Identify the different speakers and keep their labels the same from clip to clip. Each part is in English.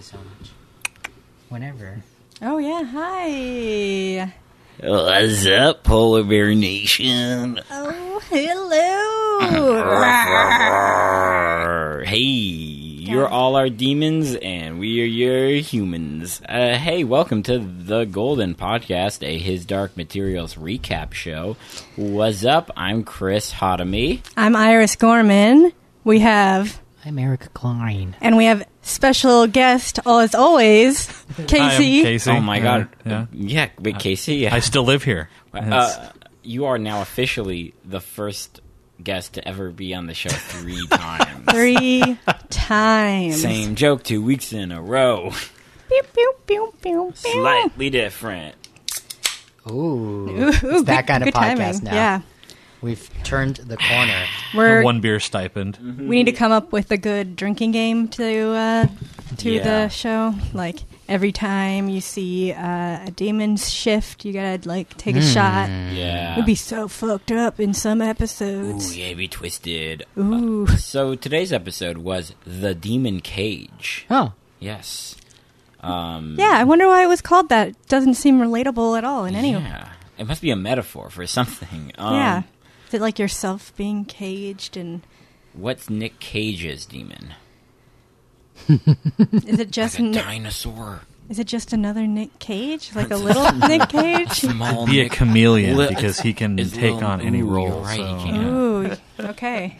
Speaker 1: so much. Whenever.
Speaker 2: Oh yeah, hi.
Speaker 3: What's up, Polar Bear Nation?
Speaker 2: Oh, hello.
Speaker 3: Hey, you're all our demons, and we are your humans. Uh, hey, welcome to the Golden Podcast, a His Dark Materials recap show. What's up? I'm Chris Hotamy.
Speaker 2: I'm Iris Gorman. We have
Speaker 1: I'm Eric Klein.
Speaker 2: and we have special guest all as always,
Speaker 4: Hi, I'm
Speaker 2: Casey.
Speaker 4: Casey.
Speaker 3: Oh my
Speaker 4: Yeah,
Speaker 3: god!
Speaker 4: uh, Yeah.
Speaker 3: yeah, but Casey, yeah.
Speaker 4: I still live here. It's-
Speaker 3: Uh, you are now officially the first guest to ever be on the show three times.
Speaker 2: Three times.
Speaker 3: Same joke two weeks in a row.
Speaker 2: Pew, pew, pew, pew, pew.
Speaker 3: Slightly different.
Speaker 1: Ooh,
Speaker 2: Ooh,
Speaker 1: it's
Speaker 2: ooh,
Speaker 1: that
Speaker 2: good-
Speaker 1: kind of
Speaker 2: good
Speaker 1: podcast
Speaker 2: timing.
Speaker 1: now.
Speaker 2: Yeah,
Speaker 1: We've turned the corner.
Speaker 2: we're
Speaker 4: one beer
Speaker 3: Mm-hmm.
Speaker 4: stipend.
Speaker 2: we need to come up with a good drinking game to uh, to
Speaker 3: Yeah.
Speaker 2: the show. Like every time you see uh, a demon's shift, you gotta like take a shot.
Speaker 4: Mm-hmm.
Speaker 3: Yeah.
Speaker 2: We'd be so fucked up in some
Speaker 3: Ooh,
Speaker 2: episodes.
Speaker 3: yeah, be twisted.
Speaker 2: Ooh.
Speaker 3: So today's episode was the Demon Cage.
Speaker 1: Oh,
Speaker 3: Yes. Mm.
Speaker 2: Yeah, I wonder why it was called that. It doesn't seem relatable at all in any
Speaker 3: Yeah. It must be a metaphor for something. Um,
Speaker 2: Yeah. Is it like yourself being caged and
Speaker 3: What's Nick Cage's demon?
Speaker 2: is it just
Speaker 3: Like a
Speaker 2: Nick-
Speaker 3: dinosaur.
Speaker 2: is it just another Nick Cage? Like a little Nick Cage?
Speaker 3: Small
Speaker 4: Be a
Speaker 3: Nick-
Speaker 4: chameleon
Speaker 3: Li-
Speaker 4: because he can
Speaker 3: It's
Speaker 4: take
Speaker 3: little-
Speaker 4: on any
Speaker 3: ooh,
Speaker 4: role.
Speaker 3: you're right,
Speaker 4: so-
Speaker 3: he can.
Speaker 2: Ooh. Okay.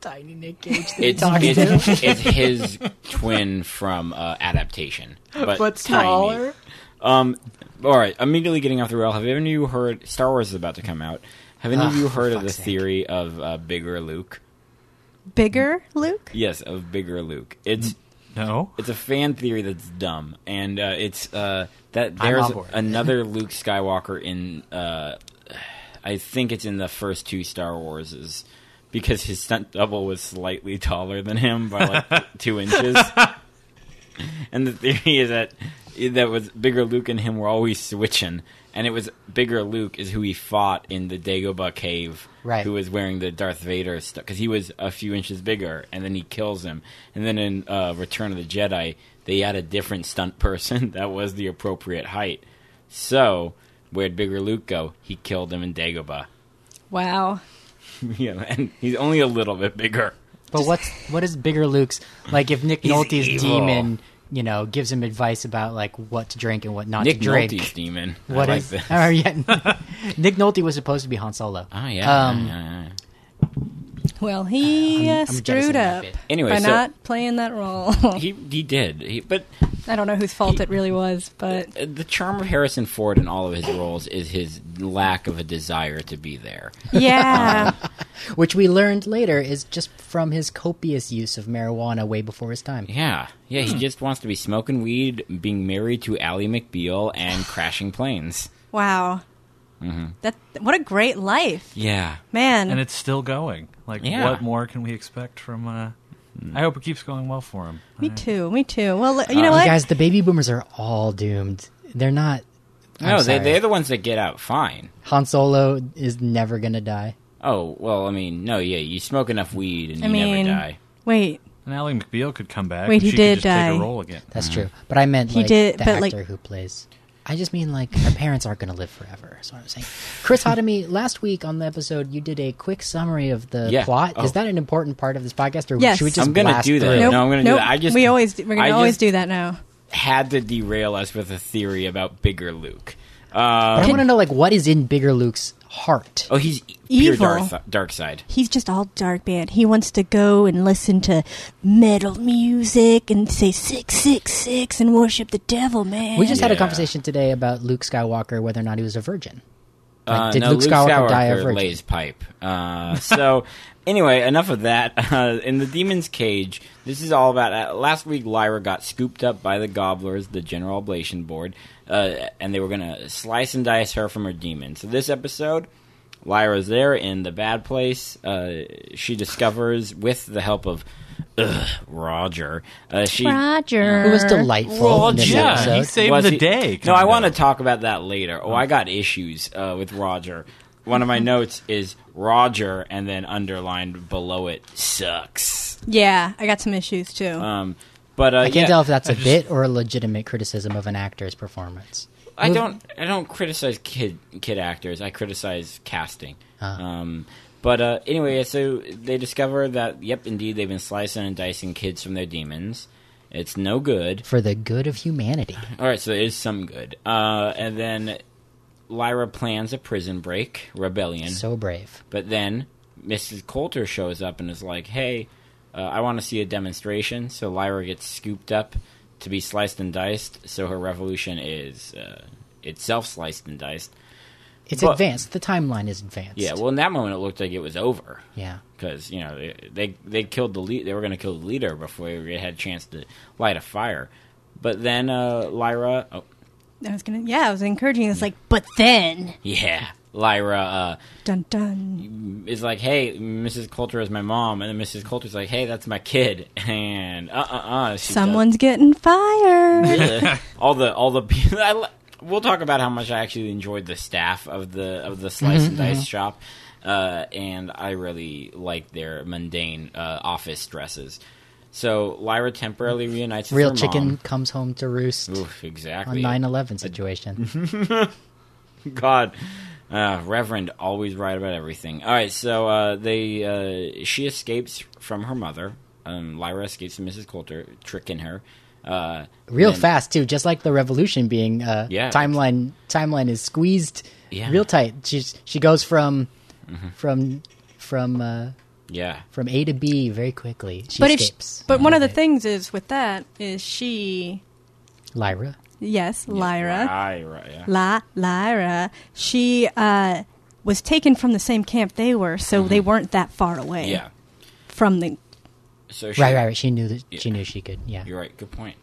Speaker 1: tiny Nick Cage.
Speaker 3: It's,
Speaker 1: talking
Speaker 3: it's, it's his twin from uh, adaptation, but,
Speaker 1: but
Speaker 3: tiny.
Speaker 1: smaller.
Speaker 3: Um, all right. Immediately getting off the rail. Have any of you heard? Star Wars is about to come out. Have any of
Speaker 1: Ah,
Speaker 3: you
Speaker 1: for
Speaker 3: heard of the
Speaker 1: fuck's sake.
Speaker 3: theory of uh, bigger Luke?
Speaker 2: Bigger Luke?
Speaker 3: Yes, of bigger Luke. It's
Speaker 4: No,
Speaker 3: it's a fan theory that's dumb, and uh, it's uh, that
Speaker 1: I'm
Speaker 3: there's
Speaker 1: on board.
Speaker 3: another Luke Skywalker in. Uh, I think it's in the first two Star Warses. Because his stunt double was slightly taller than him by like two inches, and the theory is that that was bigger Luke and him were always switching, and it was bigger Luke is who he fought in the Dagobah cave,
Speaker 1: Right.
Speaker 3: Who was wearing the Darth Vader stuff because he was a few inches bigger, and then he kills him, and then in uh, Return of the Jedi they had a different stunt person that was the appropriate height. So where'd bigger Luke go? He killed him in Dagobah,
Speaker 2: Wow.
Speaker 3: yeah, and he's only a little bit bigger.
Speaker 1: But what's what is bigger Luke's like? If Nick
Speaker 3: He's
Speaker 1: Nolte's
Speaker 3: evil.
Speaker 1: demon, you know, gives him advice about like what to drink and what not
Speaker 3: Nick
Speaker 1: to drink.
Speaker 3: Nolte's demon. I
Speaker 1: What
Speaker 3: like
Speaker 1: is?
Speaker 3: this.
Speaker 1: Oh, yeah. Nick Nolte was supposed to be Han Solo.
Speaker 3: Oh yeah.
Speaker 1: Um,
Speaker 3: yeah, yeah.
Speaker 2: Well, he
Speaker 1: I'm-
Speaker 2: uh,
Speaker 1: I'm jealous of
Speaker 2: screwed
Speaker 1: that
Speaker 2: up
Speaker 1: bit.
Speaker 3: Anyway,
Speaker 2: by
Speaker 3: so-
Speaker 2: not playing that role.
Speaker 3: He he did, he, but
Speaker 2: I don't know whose fault it really was, but
Speaker 3: Uh, the charm of Harrison Ford in all of his roles is his lack of a desire to be there.
Speaker 2: yeah.
Speaker 1: which we learned later is just from his copious use of marijuana way before his time.
Speaker 3: Yeah, yeah, he just wants to be smoking weed, being married to Ally McBeal, and crashing planes.
Speaker 2: Wow.
Speaker 3: Mm-hmm.
Speaker 2: That what a great life,
Speaker 3: Yeah,
Speaker 2: man.
Speaker 4: and it's still going. Like,
Speaker 3: Yeah. Mm.
Speaker 4: what more can we expect from? Uh, I hope it keeps going well for him.
Speaker 2: me
Speaker 4: I-
Speaker 2: too. Me too. Well,
Speaker 3: Uh,
Speaker 2: you know what?
Speaker 1: You guys, the baby boomers are all doomed. They're not. I'm
Speaker 3: no, they
Speaker 1: sorry.
Speaker 3: they're the ones that get out fine.
Speaker 1: Han Solo is never gonna die.
Speaker 3: Oh well, I mean, no, yeah, you smoke enough weed and
Speaker 2: I
Speaker 3: you
Speaker 2: mean,
Speaker 3: never die.
Speaker 2: wait.
Speaker 4: And Ally McBeal could come back.
Speaker 2: Wait,
Speaker 4: and
Speaker 2: he
Speaker 4: she
Speaker 2: did
Speaker 4: could just
Speaker 2: die.
Speaker 4: Take a role again.
Speaker 3: Mm.
Speaker 1: That's true. But I meant
Speaker 2: He
Speaker 1: like
Speaker 2: did,
Speaker 1: the
Speaker 2: but, like-
Speaker 1: actor who plays. I just mean like our parents aren't gonna live forever. Is what I'm saying. Chris Hotamy, last week on the episode, you did a quick summary of the
Speaker 3: Yeah.
Speaker 1: plot.
Speaker 3: Oh.
Speaker 1: Is that an important part of this podcast, or
Speaker 2: Yes.
Speaker 1: should we just
Speaker 3: I'm gonna
Speaker 1: blast
Speaker 3: do that.
Speaker 1: through?
Speaker 3: No,
Speaker 2: Nope,
Speaker 3: I'm gonna do
Speaker 2: nope.
Speaker 3: that. I just-
Speaker 2: we always do- we're gonna
Speaker 3: I
Speaker 2: always
Speaker 3: just-
Speaker 2: do that now.
Speaker 3: Had to derail us with a theory about bigger Luke.
Speaker 1: But
Speaker 3: Uh,
Speaker 1: I want to know like what is in Bigger Luke's heart.
Speaker 3: oh, he's pure
Speaker 2: Evil.
Speaker 3: dark, dark side.
Speaker 2: He's just all dark man. He wants to go and listen to metal music and say six six six and worship the devil, man.
Speaker 1: We just had a
Speaker 3: Yeah.
Speaker 1: conversation today about Luke Skywalker, whether or not he was a virgin. Like,
Speaker 3: Uh,
Speaker 1: did
Speaker 3: no,
Speaker 1: Luke Skywalker die of virgin?
Speaker 3: lays pipe. Uh, so, anyway, enough of that. Uh, in the Demon's Cage, this is all about. Uh, last week, Lyra got scooped up by the Gobblers, the General Ablation Board, uh, and they were going to slice and dice her from her demon. So, this episode, Lyra's there in the bad place. Uh, she discovers, with the help of ugh, Roger, uh, she.
Speaker 2: Roger.
Speaker 1: Who was delightful in this
Speaker 4: yeah,
Speaker 1: episode.
Speaker 4: he saved
Speaker 3: Was
Speaker 4: the
Speaker 3: he-
Speaker 4: day.
Speaker 3: No,
Speaker 4: kinda.
Speaker 3: I want to talk about that later. Oh, I got issues uh, with Roger. One of my notes is Roger, and then underlined below it sucks.
Speaker 2: Yeah, I got some issues too.
Speaker 3: Um, But uh,
Speaker 1: I can't
Speaker 3: yeah,
Speaker 1: tell if that's a
Speaker 4: I just-
Speaker 1: bit or a legitimate criticism of an actor's performance.
Speaker 3: I don't. I don't criticize kid kid actors. I criticize casting.
Speaker 1: Ah.
Speaker 3: Um, but uh, anyway, so they discover that yep, indeed, they've been slicing and dicing kids from their demons. It's no good.
Speaker 1: For the good of humanity.
Speaker 3: All right, so there is some good. Uh, and then Lyra plans a prison break rebellion.
Speaker 1: So brave.
Speaker 3: But then Mrs. Coulter shows up and is like, "Hey, uh, I want to see a demonstration." So Lyra gets scooped up to be sliced and diced. So her revolution is uh, itself sliced and diced.
Speaker 1: It's
Speaker 3: But-
Speaker 1: advanced. The timeline is advanced.
Speaker 3: Yeah. Well, in that moment, it looked like it was over
Speaker 1: yeah.
Speaker 3: because you know they they, they killed the lead. They were going to kill the leader before they had a chance to light a fire. But then uh, Lyra, oh
Speaker 2: I was gonna, yeah, I was encouraging. It's like, but then,
Speaker 3: yeah, Lyra. Uh,
Speaker 2: dun dun.
Speaker 3: is like, "Hey, Mrs. Coulter is my mom," and then Mrs. Coulter's like, "Hey, that's my kid," and uh, uh, uh, she
Speaker 2: Someone's getting fired.
Speaker 3: does- all the all the people. I, lo- we'll talk about how much I actually enjoyed the staff of the of the slice
Speaker 1: Mm-hmm,
Speaker 3: and dice shop, uh, and I really like their mundane uh, office dresses. So Lyra temporarily reunites with
Speaker 1: Real
Speaker 3: her
Speaker 1: chicken
Speaker 3: mom.
Speaker 1: comes home to roost
Speaker 3: Oof,
Speaker 1: on
Speaker 3: exactly.
Speaker 1: 9 11 situation.
Speaker 3: God. Uh, Reverend always right about everything. All right, so uh, they uh, she escapes from her mother. Um, Lyra escapes from Mrs. Coulter, tricking her. Uh,
Speaker 1: Real
Speaker 3: and-
Speaker 1: fast, too. Just like the revolution being uh,
Speaker 3: Yeah.
Speaker 1: timeline timeline is squeezed
Speaker 3: Yeah. Mm-hmm.
Speaker 1: real tight. She's, she goes from from from uh,
Speaker 3: Yeah,
Speaker 1: from A to B very quickly. She
Speaker 2: but if, she,
Speaker 1: escapes.
Speaker 2: but one of the things is with that is she,
Speaker 1: Lyra.
Speaker 2: yes, Lyra,
Speaker 3: Lyra. Yeah.
Speaker 2: La Lyra. She uh, was taken from the same camp they were, so they weren't that far away
Speaker 3: Mm-hmm. yeah.
Speaker 2: from the.
Speaker 3: So she,
Speaker 1: Right, right, right. She knew that she
Speaker 3: Yeah.
Speaker 1: knew she could. Yeah.
Speaker 3: You're right. Good point.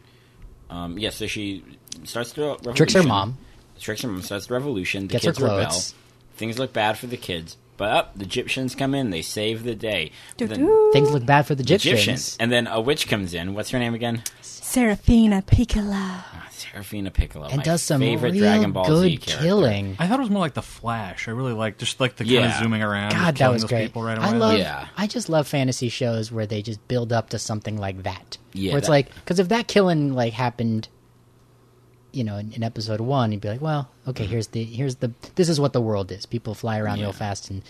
Speaker 3: Um, yeah. So she starts the revolution.
Speaker 1: Tricks her mom.
Speaker 3: Tricks her mom. Starts the revolution. The
Speaker 1: Gets her
Speaker 3: kids rebel.
Speaker 1: clothes.
Speaker 3: Things look bad for the kids, but up the Egyptians come in. They save the day. But then-
Speaker 2: Doo-doo.
Speaker 1: Things look bad for the Egyptians.
Speaker 3: Egyptians, and then a witch comes in. What's her name again?
Speaker 2: Serafina Piccola.
Speaker 3: Serafina Piccolo
Speaker 1: and
Speaker 3: my
Speaker 1: does some
Speaker 3: favorite
Speaker 1: real
Speaker 3: Dragon Ball
Speaker 1: good
Speaker 3: Z character.
Speaker 1: killing.
Speaker 4: I thought it was more like the Flash. I really like just like the kind
Speaker 3: Yeah.
Speaker 4: of zooming around. just
Speaker 1: God, that
Speaker 4: killing
Speaker 1: was
Speaker 4: those
Speaker 1: great.
Speaker 4: People right away.
Speaker 1: I love.
Speaker 3: Yeah.
Speaker 1: I just love fantasy shows where they just build up to something like that.
Speaker 3: Yeah,
Speaker 1: where it's
Speaker 3: that-
Speaker 1: like because if that killing like happened, you know, in, in episode one, you'd be like, well, okay,
Speaker 4: Mm-hmm.
Speaker 1: here's the here's the this is what the world is. People fly around
Speaker 3: Yeah.
Speaker 1: real fast and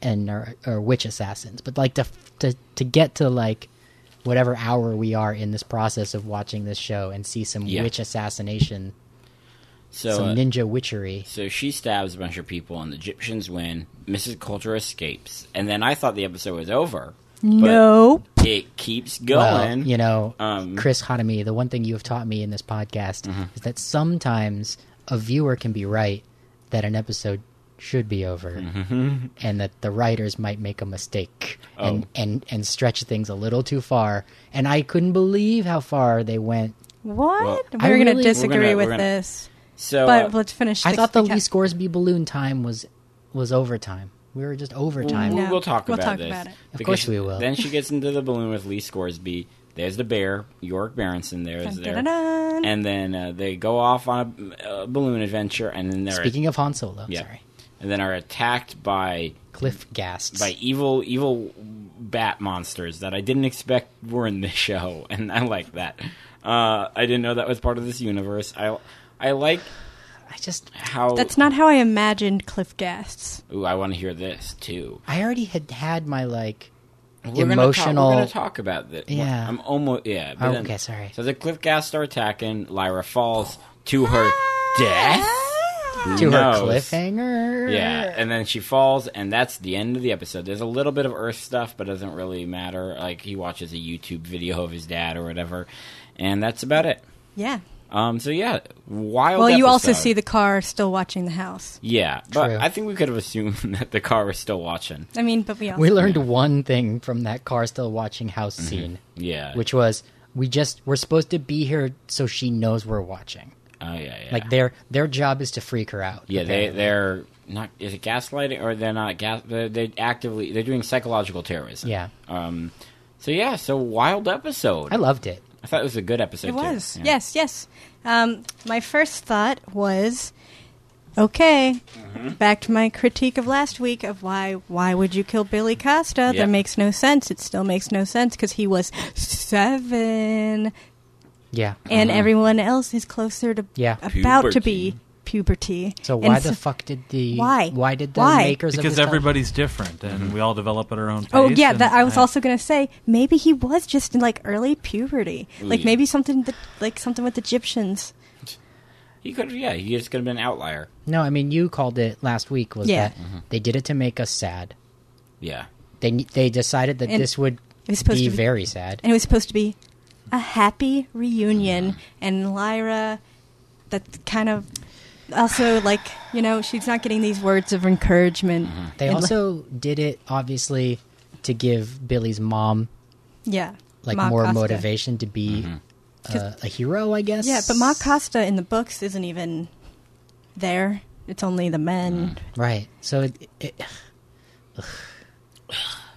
Speaker 1: and are, are witch assassins. But like to to to get to like whatever hour we are in this process of watching this show and see some
Speaker 3: Yeah.
Speaker 1: witch assassination,
Speaker 3: So,
Speaker 1: some
Speaker 3: uh,
Speaker 1: ninja witchery.
Speaker 3: so she stabs a bunch of people, and the Egyptians win. Mrs. Coulter escapes, and then I thought the episode was over.
Speaker 2: No,
Speaker 3: but it keeps
Speaker 1: Well,
Speaker 3: going.
Speaker 1: you know,
Speaker 3: Um, Mm-hmm.
Speaker 1: Chris Hanami, the one thing you have taught me in this podcast is that sometimes a viewer can be right that an episode should be over
Speaker 3: Mm-hmm.
Speaker 1: and that the writers might make a mistake
Speaker 3: Oh.
Speaker 1: and, and, and stretch things a little too far. And I couldn't believe how far they went.
Speaker 2: what?
Speaker 1: I
Speaker 2: we're
Speaker 1: really-
Speaker 2: gonna
Speaker 1: We're
Speaker 2: disagree
Speaker 3: gonna-
Speaker 2: with
Speaker 3: we're gonna-
Speaker 2: this,
Speaker 3: so uh,
Speaker 2: but let's finish.
Speaker 1: I
Speaker 2: six
Speaker 1: thought the
Speaker 2: because-
Speaker 1: Lee Scoresby balloon time was was overtime. We were just overtime.
Speaker 3: we-
Speaker 2: No.
Speaker 3: we'll talk
Speaker 2: We'll
Speaker 3: about
Speaker 2: talk
Speaker 3: this.
Speaker 2: about it.
Speaker 1: Of
Speaker 3: because
Speaker 1: course we will.
Speaker 3: Then she gets into the balloon with Lee Scoresby. There's the bear, York Berenson. There is
Speaker 2: Dun,
Speaker 3: there,
Speaker 2: dun, dun, dun.
Speaker 3: and then uh, they go off on a, a balloon adventure, and then they're
Speaker 1: Speaking of Han Solo,
Speaker 3: yeah,
Speaker 1: sorry.
Speaker 3: and then are attacked by
Speaker 1: Cliff Gasts.
Speaker 3: by evil evil bat monsters that I didn't expect were in this show, and I like that. Uh, I didn't know that was part of this universe. I I like
Speaker 1: I just
Speaker 3: how
Speaker 2: That's not how I imagined Cliff Gasts.
Speaker 3: Ooh, I want to hear this too.
Speaker 1: I already had had my like
Speaker 3: We're gonna
Speaker 1: emotional
Speaker 3: Talk, we're gonna talk about this.
Speaker 1: Yeah.
Speaker 3: I'm almost. Yeah. but
Speaker 1: Oh,
Speaker 3: then-
Speaker 1: okay, sorry.
Speaker 3: So the cliff gas start attacking. Lyra falls to her death.
Speaker 2: Ah!
Speaker 1: to her
Speaker 3: knows?
Speaker 1: cliffhanger.
Speaker 3: Yeah, and then she falls, and that's the end of the episode. There's a little bit of Earth stuff, but it doesn't really matter. Like he watches a YouTube video of his dad or whatever, and that's about it.
Speaker 2: Yeah.
Speaker 3: Um. So yeah, wild.
Speaker 2: Well, you also
Speaker 3: episode.
Speaker 2: see the car still watching the house.
Speaker 3: Yeah, but
Speaker 1: True.
Speaker 3: I think we could have assumed that the car was still watching.
Speaker 2: I mean, but we also
Speaker 1: We learned one thing from that car still watching house scene,
Speaker 3: Mm-hmm. Yeah.
Speaker 1: which was we just we're supposed to be here so she knows we're watching.
Speaker 3: Oh yeah. yeah.
Speaker 1: Like their their job is to freak her out.
Speaker 3: Yeah, they
Speaker 1: apparently.
Speaker 3: they're not. Is it gaslighting or they're not gas? They're, they're actively they're doing psychological terrorism.
Speaker 1: Yeah.
Speaker 3: Um. So yeah, so wild episode.
Speaker 1: I
Speaker 3: I,
Speaker 1: loved it.
Speaker 3: thought it was a good episode.
Speaker 2: It
Speaker 3: too.
Speaker 2: was.
Speaker 3: Yeah.
Speaker 2: Yes, yes. Um, my first thought was okay,
Speaker 3: Mm-hmm.
Speaker 2: back to my critique of last week of why why would you kill Billy Costa?
Speaker 3: Yeah.
Speaker 2: That makes no sense. It still makes no sense because he was seven.
Speaker 1: Yeah.
Speaker 2: and
Speaker 3: Uh-huh.
Speaker 2: everyone else is closer to
Speaker 1: Yeah.
Speaker 2: about to be puberty.
Speaker 1: So
Speaker 2: And
Speaker 1: why the fuck did the
Speaker 2: Why?
Speaker 1: why did the
Speaker 2: Why?
Speaker 1: makers of
Speaker 4: because
Speaker 1: this all-
Speaker 4: everybody's different and
Speaker 3: Mm-hmm.
Speaker 4: we all develop at our own pace.
Speaker 2: Oh yeah,
Speaker 4: and
Speaker 2: that I was also gonna say maybe he was just in like early puberty, like
Speaker 3: Yeah.
Speaker 2: maybe something that like something with Egyptians.
Speaker 3: He could, yeah, he just could have been an outlier.
Speaker 1: No, I mean you called it last week was
Speaker 2: Yeah.
Speaker 1: that
Speaker 3: Mm-hmm.
Speaker 1: they did it to make us sad.
Speaker 3: Yeah,
Speaker 1: They they decided that
Speaker 2: And
Speaker 1: this would
Speaker 2: It was supposed
Speaker 1: be,
Speaker 2: to be,
Speaker 1: very sad.
Speaker 2: and it was supposed to be a happy reunion, and Lyra, that kind of also like you know she's not getting these words of encouragement.
Speaker 3: Mm-hmm.
Speaker 1: They
Speaker 2: And,
Speaker 1: also did it obviously to give Billy's mom
Speaker 2: yeah,
Speaker 1: like
Speaker 2: Ma
Speaker 1: more
Speaker 2: Costa.
Speaker 1: motivation to be
Speaker 3: Mm-hmm.
Speaker 1: uh, a hero, I guess.
Speaker 2: Yeah, but Ma Costa in the books isn't even there. It's only the
Speaker 3: Mm.
Speaker 2: men.
Speaker 1: Right. So it, it,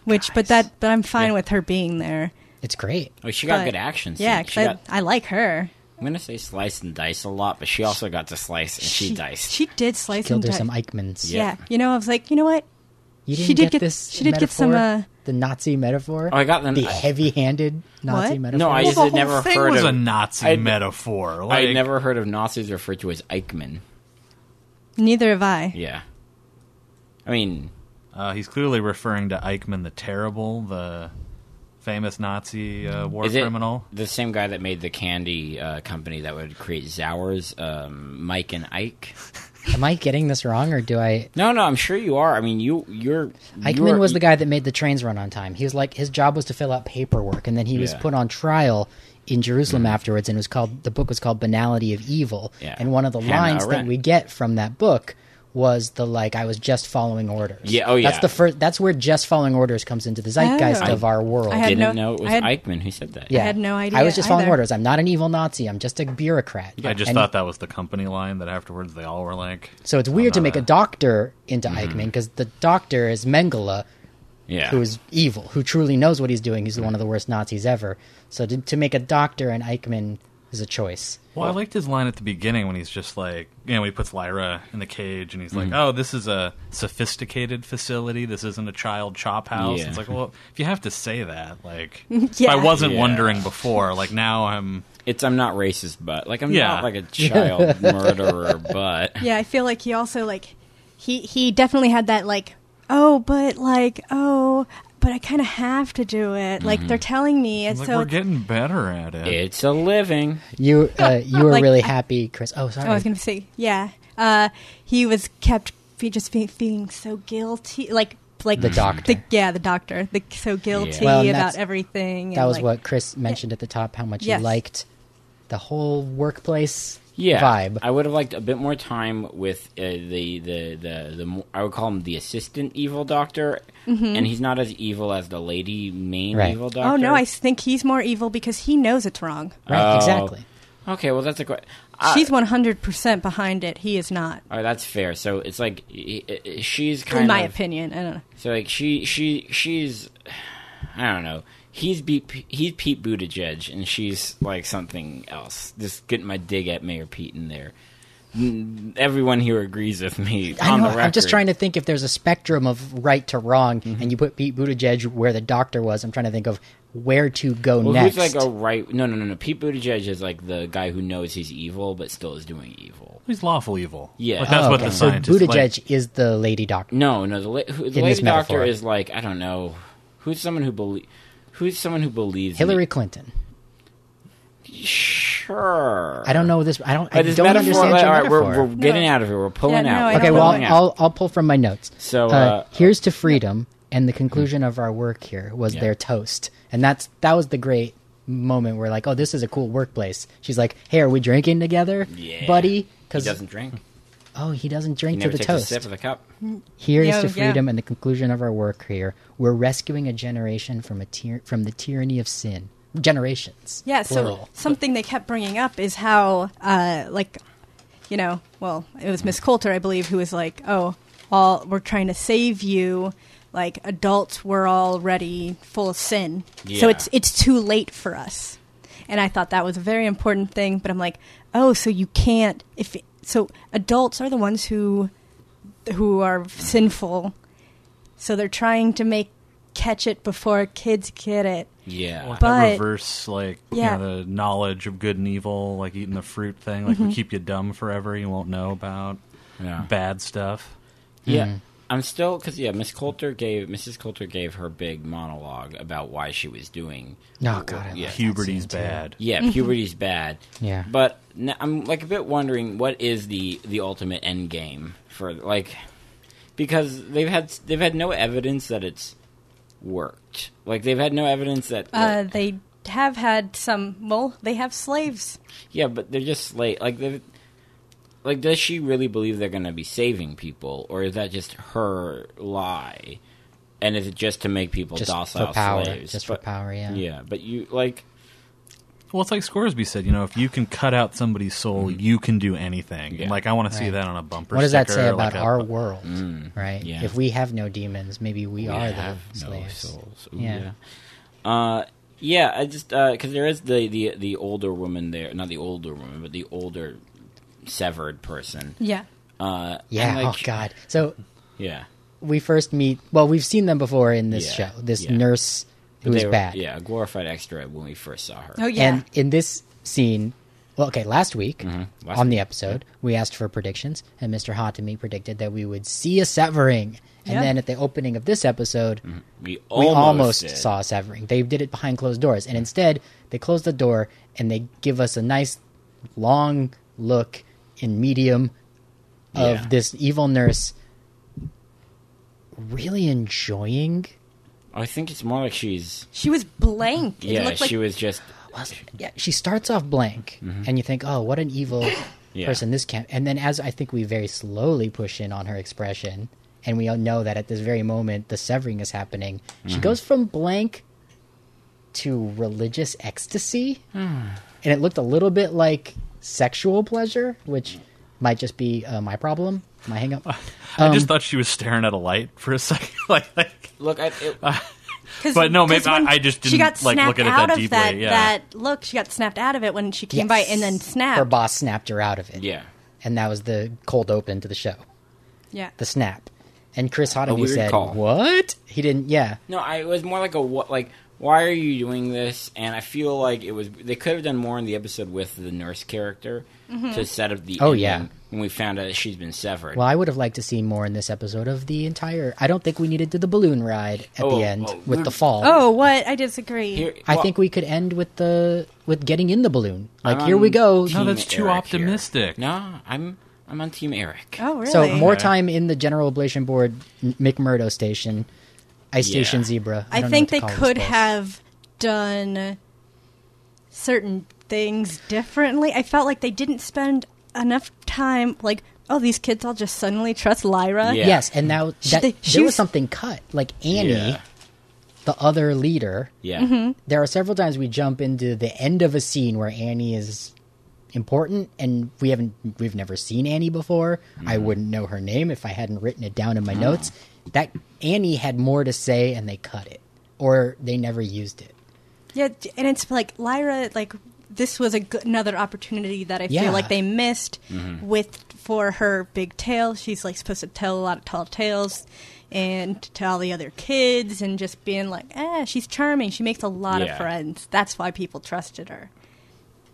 Speaker 2: Which, but that, but I'm fine with her being there.
Speaker 1: it's great.
Speaker 3: oh, she got
Speaker 2: But-
Speaker 3: good action.
Speaker 2: Yeah,
Speaker 3: scenes. she
Speaker 2: because
Speaker 3: got,
Speaker 2: I, I like her.
Speaker 3: I'm gonna say slice and dice a lot, but she also got to slice and she, diced.
Speaker 2: She did slice
Speaker 1: Killed
Speaker 2: and
Speaker 1: her
Speaker 2: di-
Speaker 1: some Eichmanns.
Speaker 2: Yeah. you know, I was like, you know what?
Speaker 1: You didn't
Speaker 2: She did
Speaker 1: get,
Speaker 2: get-
Speaker 1: this.
Speaker 2: she did get some,
Speaker 1: metaphor?
Speaker 2: uh,
Speaker 1: the Nazi metaphor.
Speaker 3: oh, I got them.
Speaker 1: the
Speaker 3: I-
Speaker 1: heavy-handed Nazi
Speaker 2: What?
Speaker 1: metaphor.
Speaker 3: no, I
Speaker 4: Well,
Speaker 3: just
Speaker 4: the
Speaker 3: had
Speaker 4: whole
Speaker 3: never
Speaker 4: thing
Speaker 3: heard
Speaker 4: was
Speaker 3: of
Speaker 4: a Nazi
Speaker 3: I'd-
Speaker 4: metaphor.
Speaker 3: I
Speaker 4: Like,
Speaker 3: had never heard of Nazis referred to as Eichmann.
Speaker 2: Neither have I.
Speaker 3: Yeah, I mean,
Speaker 4: Uh, he's clearly referring to Eichmann the Terrible, the famous Nazi uh, war
Speaker 3: is it
Speaker 4: criminal.
Speaker 3: the same guy that made the candy uh, company that would create Zowers, um, Mike and Ike?
Speaker 1: Am I getting this wrong, or do I?
Speaker 3: No, no, I'm sure you are. I mean, you, E- you're
Speaker 1: Eichmann
Speaker 3: you're-
Speaker 1: was the guy that made the trains run on time. He was like his job was to fill out paperwork, and then he was
Speaker 3: Yeah.
Speaker 1: put on trial in Jerusalem afterwards. And it was called the book was called Banality of Evil.
Speaker 3: Yeah.
Speaker 1: And one of the
Speaker 3: Hannah
Speaker 1: lines that
Speaker 3: Arendt.
Speaker 1: we get from that book was the like I was just following orders.
Speaker 3: Yeah, oh,
Speaker 1: That's
Speaker 3: yeah.
Speaker 1: the first. That's where just following orders comes into the zeitgeist
Speaker 2: Oh.
Speaker 1: of our world.
Speaker 2: I had
Speaker 3: Didn't
Speaker 2: no-
Speaker 3: know it was
Speaker 2: I had-
Speaker 3: Eichmann who said that.
Speaker 1: yeah.
Speaker 2: had no
Speaker 1: I
Speaker 2: idea
Speaker 1: was just following
Speaker 2: either.
Speaker 1: orders. I'm not an evil Nazi. I'm just a bureaucrat.
Speaker 4: I just
Speaker 1: And
Speaker 4: thought that was the company line that afterwards they all were like.
Speaker 1: So it's weird to
Speaker 4: not
Speaker 1: make a
Speaker 4: a-
Speaker 1: doctor into Eichmann because the doctor is Mengele,
Speaker 3: yeah.
Speaker 1: who is evil, who truly knows what he's doing. He's one of the worst Nazis ever. So to, to make a doctor and Eichmann is a choice.
Speaker 4: Well, I liked his line at the beginning when he's just like, you know, he puts Lyra in the cage and he's like, oh, this is a sophisticated facility. This isn't a child chop house.
Speaker 3: Yeah.
Speaker 4: It's like, well, if you have to say that, like, if
Speaker 2: Yeah.
Speaker 4: I wasn't
Speaker 3: Yeah.
Speaker 4: wondering before, like, now I'm.
Speaker 3: It's I'm not racist, but like I'm
Speaker 4: Yeah.
Speaker 3: not like a child murderer, but
Speaker 2: Yeah, I feel like he also like he he definitely had that like oh, but like oh, but I kind of have to do it.
Speaker 1: Mm-hmm.
Speaker 2: Like they're telling me, and
Speaker 4: Like,
Speaker 2: so
Speaker 4: we're getting better at it.
Speaker 3: it's a living.
Speaker 1: You uh, you were
Speaker 2: Like,
Speaker 1: really
Speaker 2: I-
Speaker 1: happy, Chris. Oh, sorry.
Speaker 2: I was gonna say, yeah. Uh, he was kept fe- just fe- feeling so guilty, like like
Speaker 1: The doctor.
Speaker 2: yeah, the doctor, the, so guilty
Speaker 1: Well, and
Speaker 2: about
Speaker 1: that's-
Speaker 2: everything.
Speaker 1: that
Speaker 2: and,
Speaker 1: was
Speaker 2: like-
Speaker 1: what Chris mentioned at the top. How much
Speaker 2: Yes.
Speaker 1: he liked the whole workplace
Speaker 3: Yeah,
Speaker 1: vibe.
Speaker 3: I would have liked a bit more time with uh, the, the the the mo- I would call him the assistant evil doctor, and he's not as evil as the lady main
Speaker 1: Right.
Speaker 3: evil doctor.
Speaker 2: Oh no, I s- think he's more evil because he knows it's wrong.
Speaker 1: right?
Speaker 3: Oh.
Speaker 1: Exactly.
Speaker 3: okay. Well, that's a question.
Speaker 2: She's one hundred percent behind it. He is not,
Speaker 3: All right, that's fair. So it's like i- i- i- she's kind
Speaker 2: in my
Speaker 3: of
Speaker 2: opinion. I don't know.
Speaker 3: So like she she she's I don't know. He's Pete, he's Pete Buttigieg, and she's like something else. Just getting my dig at Mayor Pete in there. N- Everyone here agrees with me.
Speaker 1: I
Speaker 3: on
Speaker 1: know.
Speaker 3: the record. Mm-hmm.
Speaker 1: I'm just trying to think if there's a spectrum of right to wrong, and you put Pete Buttigieg where the doctor was. I'm trying to think of where to go
Speaker 3: Well,
Speaker 1: next.
Speaker 3: who's like a right? No, no, no, no. Pete Buttigieg is like the guy who knows he's evil but still is doing evil.
Speaker 4: He's lawful evil.
Speaker 3: Yeah.
Speaker 4: Like, that's
Speaker 1: Oh,
Speaker 4: what
Speaker 1: okay.
Speaker 4: the
Speaker 1: so
Speaker 4: scientists
Speaker 1: Buttigieg
Speaker 4: like.
Speaker 1: is the lady doctor.
Speaker 3: No, no. The, la- who, the
Speaker 1: In this
Speaker 3: lady doctor
Speaker 1: metaphor.
Speaker 3: is like I don't know. Who's someone who believe? Who's someone who believes? in-
Speaker 1: Hillary Clinton.
Speaker 3: Sure.
Speaker 1: I don't know this. I don't. I
Speaker 3: But this
Speaker 1: don't
Speaker 3: metaphor,
Speaker 1: understand
Speaker 3: like,
Speaker 1: your
Speaker 3: all right,
Speaker 1: metaphor.
Speaker 3: We're, we're getting
Speaker 2: No.
Speaker 3: out of here. We're pulling
Speaker 2: Yeah, no,
Speaker 3: out.
Speaker 2: I
Speaker 3: We're
Speaker 1: Okay,
Speaker 2: don't
Speaker 1: well,
Speaker 2: know.
Speaker 3: pulling
Speaker 1: I'll,
Speaker 3: out.
Speaker 1: I'll, I'll pull from my notes.
Speaker 3: So,
Speaker 1: Uh,
Speaker 3: uh,
Speaker 1: here's to freedom, and the conclusion of our work here was
Speaker 3: Yeah.
Speaker 1: their toast, and that's that was the great moment where like, oh, this is a cool workplace. She's like, hey, are we drinking together,
Speaker 3: Yeah.
Speaker 1: buddy?
Speaker 3: he
Speaker 1: Because
Speaker 3: doesn't drink.
Speaker 1: oh, he doesn't
Speaker 3: He
Speaker 1: drink to
Speaker 3: never
Speaker 1: the
Speaker 3: takes a
Speaker 1: toast.
Speaker 3: sip of the cup.
Speaker 1: Here is
Speaker 2: Yeah,
Speaker 1: to
Speaker 2: yeah.
Speaker 1: freedom and the conclusion of our work here. We're rescuing a generation from a tyr- from the tyranny of sin. Generations.
Speaker 2: Yeah, so
Speaker 1: plural.
Speaker 2: something they kept bringing up is how, uh, like, you know, well, it was Miss Coulter, I believe, who was like, "Oh, all we're trying to save you. Like adults, we're already full of sin, so
Speaker 3: Yeah.
Speaker 2: it's it's too late for us." And I thought that was a very important thing. But I'm like, "Oh, so you can't if so adults are the ones who who are sinful, so they're trying to make catch it before kids get it.
Speaker 3: Yeah.
Speaker 4: Well,
Speaker 2: But-
Speaker 4: that reverse, like,
Speaker 2: Yeah.
Speaker 4: you know, the knowledge of good and evil, like eating the fruit thing, like, we
Speaker 1: Mm-hmm.
Speaker 4: keep you dumb forever. You won't know about
Speaker 3: yeah.
Speaker 4: bad stuff.
Speaker 3: Yeah. I'm still because yeah, Miss Coulter gave Mrs. Coulter gave her big monologue about why she was doing.
Speaker 1: No, Oh, God, I love
Speaker 3: Yeah.
Speaker 1: that
Speaker 4: Puberty's
Speaker 1: scene, too.
Speaker 4: bad.
Speaker 3: Yeah, puberty's bad.
Speaker 1: Yeah.
Speaker 3: but n- I'm like a bit wondering what is the the ultimate end game for like because they've had they've had no evidence that it's worked. Like they've had no evidence that
Speaker 2: Uh, they have had some. Well, they have slaves.
Speaker 3: Yeah, but they're just slate. Like, they're- like, does she really believe they're going to be saving people, or is that just her lie? And is it just to make people
Speaker 1: Just
Speaker 3: docile
Speaker 1: for power.
Speaker 3: slaves?
Speaker 1: Just for
Speaker 3: But-
Speaker 1: power, yeah.
Speaker 3: Yeah, but you like,
Speaker 4: Well, it's like Scoresby said, you know, if you can cut out somebody's soul, you can do anything.
Speaker 3: Mm-hmm. Yeah.
Speaker 4: And, like, I want to see
Speaker 1: Right.
Speaker 4: that on a bumper
Speaker 1: What does that
Speaker 4: sticker,
Speaker 1: say
Speaker 4: or, like,
Speaker 1: about
Speaker 4: a-
Speaker 1: our world, right?
Speaker 3: Mm, yeah.
Speaker 1: If we have no demons, maybe we,
Speaker 3: we
Speaker 1: are
Speaker 3: have
Speaker 1: the
Speaker 3: no
Speaker 1: slaves.
Speaker 3: souls. Ooh,
Speaker 1: Yeah.
Speaker 3: yeah. Uh, yeah, I just because there is the, the the older woman there, not the older woman, but the older severed person.
Speaker 2: Yeah.
Speaker 3: Uh,
Speaker 1: Yeah.
Speaker 3: and, like,
Speaker 1: oh God. So
Speaker 3: Yeah,
Speaker 1: we first meet. Well, we've seen them before in this
Speaker 3: Yeah,
Speaker 1: show. This
Speaker 3: yeah.
Speaker 1: nurse who
Speaker 3: They
Speaker 1: is
Speaker 3: were-
Speaker 1: bad.
Speaker 3: Yeah, a glorified extra when we first saw her.
Speaker 2: Oh yeah.
Speaker 1: And in this scene, well, okay, last week
Speaker 3: Mm-hmm. Last
Speaker 1: on the episode, we asked for predictions, and Mr. Hotami predicted that we would see a severing. And
Speaker 2: Yeah.
Speaker 1: then at the opening of this episode, we
Speaker 3: We almost,
Speaker 1: almost
Speaker 3: did.
Speaker 1: saw a severing. They did it behind closed doors, and instead they close the door and they give us a nice long look in medium of
Speaker 3: Yeah.
Speaker 1: this evil nurse really enjoying.
Speaker 3: I think it's more like she's.
Speaker 2: she was blank. It
Speaker 3: Yeah,
Speaker 2: looked like
Speaker 3: she was just.
Speaker 1: Yeah, she starts off blank, and you think, "Oh, what an evil
Speaker 3: Mm-hmm. Yeah.
Speaker 1: person this can." And then, as I think we very slowly push in on her expression, and we all know that at this very moment the severing is happening,
Speaker 3: Mm-hmm.
Speaker 1: she goes from blank to religious ecstasy,
Speaker 3: Hmm.
Speaker 1: and it looked a little bit like sexual pleasure, which might just be uh, my problem, my hang up.
Speaker 4: I
Speaker 1: Um,
Speaker 4: just thought she was staring at a light for a second. like, like,
Speaker 3: Look, I, it,
Speaker 1: Ah.
Speaker 2: Cause,
Speaker 4: But no, maybe
Speaker 2: 'cause when
Speaker 4: I- I just
Speaker 2: she
Speaker 4: didn't,
Speaker 2: got
Speaker 4: like,
Speaker 2: snapped
Speaker 4: look at it
Speaker 2: out
Speaker 4: that
Speaker 2: of
Speaker 4: deeply,
Speaker 2: That,
Speaker 4: yeah.
Speaker 2: that look, she got snapped out of it when she came by, and then snapped.
Speaker 1: Her boss snapped her out of it,
Speaker 3: yeah.
Speaker 1: and that was the cold open to the show.
Speaker 2: yeah,
Speaker 1: the snap. And Chris Hotomy
Speaker 3: weird
Speaker 1: said,
Speaker 3: call.
Speaker 1: "What?" He didn't. Yeah,
Speaker 3: No, I, it was more like a what? Like, why are you doing this? And I feel like it was. They could have done more in the episode with the nurse character to set up the.
Speaker 1: Oh,
Speaker 3: ending
Speaker 1: yeah.
Speaker 3: When we found out she's been severed.
Speaker 1: Well, I would have liked to see more in this episode of the entire. I don't think we needed to the balloon ride at
Speaker 3: Oh,
Speaker 1: the end
Speaker 3: oh,
Speaker 1: with
Speaker 3: we're-
Speaker 1: the fall.
Speaker 2: Oh, what? I disagree.
Speaker 3: Here-
Speaker 1: I
Speaker 3: well,
Speaker 1: think we could end with the with getting in the balloon. Like
Speaker 3: I'm
Speaker 1: here we
Speaker 3: on
Speaker 1: go.
Speaker 3: team
Speaker 4: No, that's too
Speaker 3: Eric here.
Speaker 4: optimistic.
Speaker 3: No, I'm I'm on team Eric.
Speaker 2: oh, really?
Speaker 1: So more
Speaker 4: Okay.
Speaker 1: time in the General Ablation Board N- McMurdo Station, Ice Station Zebra.
Speaker 2: I
Speaker 1: don't know
Speaker 2: think
Speaker 1: what to
Speaker 2: they
Speaker 1: call this
Speaker 2: could
Speaker 1: place.
Speaker 2: have done certain things differently. I felt like they didn't spend enough time. Like, oh, these kids all just suddenly trust Lyra.
Speaker 3: Yeah.
Speaker 1: Yes, and now
Speaker 2: She-
Speaker 1: that,
Speaker 2: they- she
Speaker 1: there was
Speaker 2: was-
Speaker 1: something cut. Like Annie,
Speaker 3: Yeah.
Speaker 1: the other leader,
Speaker 3: Yeah.
Speaker 1: there are several times we jump into the end of a scene where Annie is important and we haven't we've never seen Annie before. I wouldn't know her name if I hadn't written it down in my notes. That Annie had more to say and they cut it or they never used it.
Speaker 2: Yeah, d- and it's like Lyra. Like, this was a g- another opportunity that I
Speaker 1: Yeah.
Speaker 2: feel like they missed
Speaker 3: Mm-hmm.
Speaker 2: with for her big tale. She's like supposed to tell a lot of tall tales. And to all the other kids, and just being like, eh, she's charming. She makes a lot
Speaker 3: Yeah.
Speaker 2: of friends. That's why people trusted her.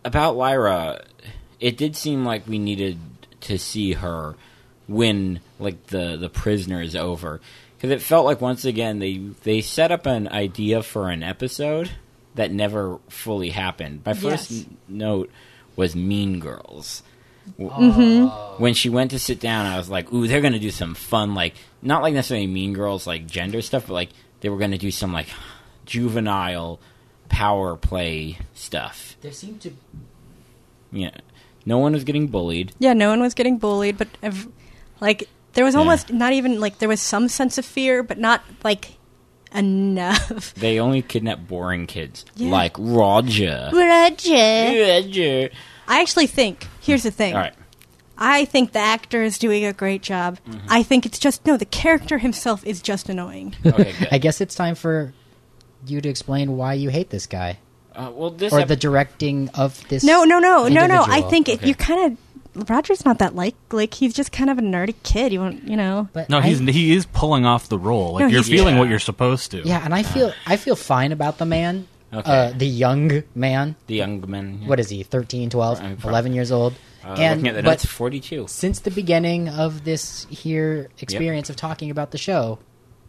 Speaker 3: about Lyra, it did seem like we needed to see her win like the the prisoner is over because it felt like once again they they set up an idea for an episode that never fully happened. My first
Speaker 2: Yes.
Speaker 3: n- note was Mean Girls. W- When she went to sit down, I was like, "Ooh, they're gonna do some fun, like not like necessarily Mean Girls, like gender stuff, but like they were gonna do some like juvenile power play stuff."
Speaker 1: There seemed to
Speaker 3: Yeah. No one was getting bullied.
Speaker 2: Yeah, no one was getting bullied, but ev- like there was
Speaker 3: Yeah.
Speaker 2: almost not even like there was some sense of fear, but not like enough.
Speaker 3: They only kidnap boring kids
Speaker 2: Yeah.
Speaker 3: like Roger.
Speaker 2: Roger.
Speaker 3: Roger.
Speaker 2: I actually think here's the thing.
Speaker 3: All right.
Speaker 2: I think the actor is doing a great job.
Speaker 3: Mm-hmm.
Speaker 2: I think it's just no, the character himself is just annoying.
Speaker 3: Okay, good.
Speaker 1: I guess it's time for you to explain why you hate this guy
Speaker 3: Uh, well, this
Speaker 1: or
Speaker 3: ep-
Speaker 1: the directing of this
Speaker 2: no, no, no, no, no. I
Speaker 1: individual.
Speaker 2: think it,
Speaker 3: Okay.
Speaker 2: you kind of Roger's not that like like he's just kind of a nerdy kid. You want you know.
Speaker 1: But
Speaker 4: No,
Speaker 1: I-
Speaker 4: he's he is pulling off the role. Like
Speaker 2: No,
Speaker 4: you're
Speaker 2: he's-
Speaker 4: feeling
Speaker 3: Yeah.
Speaker 4: what you're supposed to.
Speaker 1: yeah, and I feel I feel fine about the man, uh,
Speaker 3: Okay.
Speaker 1: the young man.
Speaker 3: The young man.
Speaker 1: What is he? 13, 12,
Speaker 3: I'm prob-
Speaker 1: 11 years old.
Speaker 3: Uh,
Speaker 1: and
Speaker 3: looking at the
Speaker 1: but
Speaker 3: notes, 42.
Speaker 1: since the beginning of this here experience of talking about the show,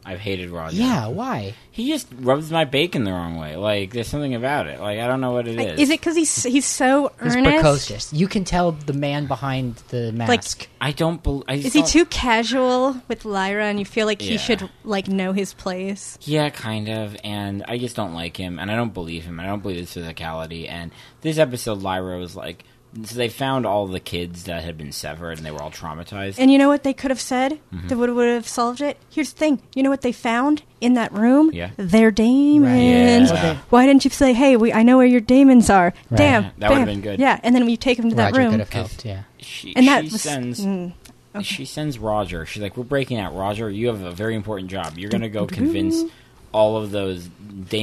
Speaker 3: I've hated Roger.
Speaker 1: yeah, why?
Speaker 3: He just rubs my bacon the wrong way. Like, there's something about it. Like, I don't know what it is.
Speaker 2: Is it because he's he's so
Speaker 1: He's
Speaker 2: earnest?
Speaker 1: precocious. You can tell the man behind the mask.
Speaker 3: I don't believe.
Speaker 2: Is he too casual with Lyra, and you feel like
Speaker 3: Yeah.
Speaker 2: he should like know his place?
Speaker 3: Yeah, kind of. And I just don't like him, and I don't believe him. I don't believe his physicality. And this episode, Lyra was like, so they found all the kids that had been severed, and they were all traumatized.
Speaker 2: And you know what they could have said
Speaker 3: Mm-hmm.
Speaker 2: that would would have solved it. Here's the thing: you know what they found in that room?
Speaker 3: Yeah.
Speaker 2: their demons.
Speaker 3: Right. Yeah.
Speaker 2: Why didn't you say, "Hey, we I know where your demons are"?
Speaker 1: Right.
Speaker 2: Damn,
Speaker 3: That would've
Speaker 2: bam.
Speaker 3: been good.
Speaker 2: Yeah, and then you take them to that
Speaker 1: Roger could
Speaker 2: room.
Speaker 1: have helped. Yeah,
Speaker 3: she,
Speaker 2: And that
Speaker 3: she
Speaker 2: was- mm,
Speaker 3: sends she sends Roger. She's like, "We're breaking out, Roger. You have a very important job. You're gonna go convince all of those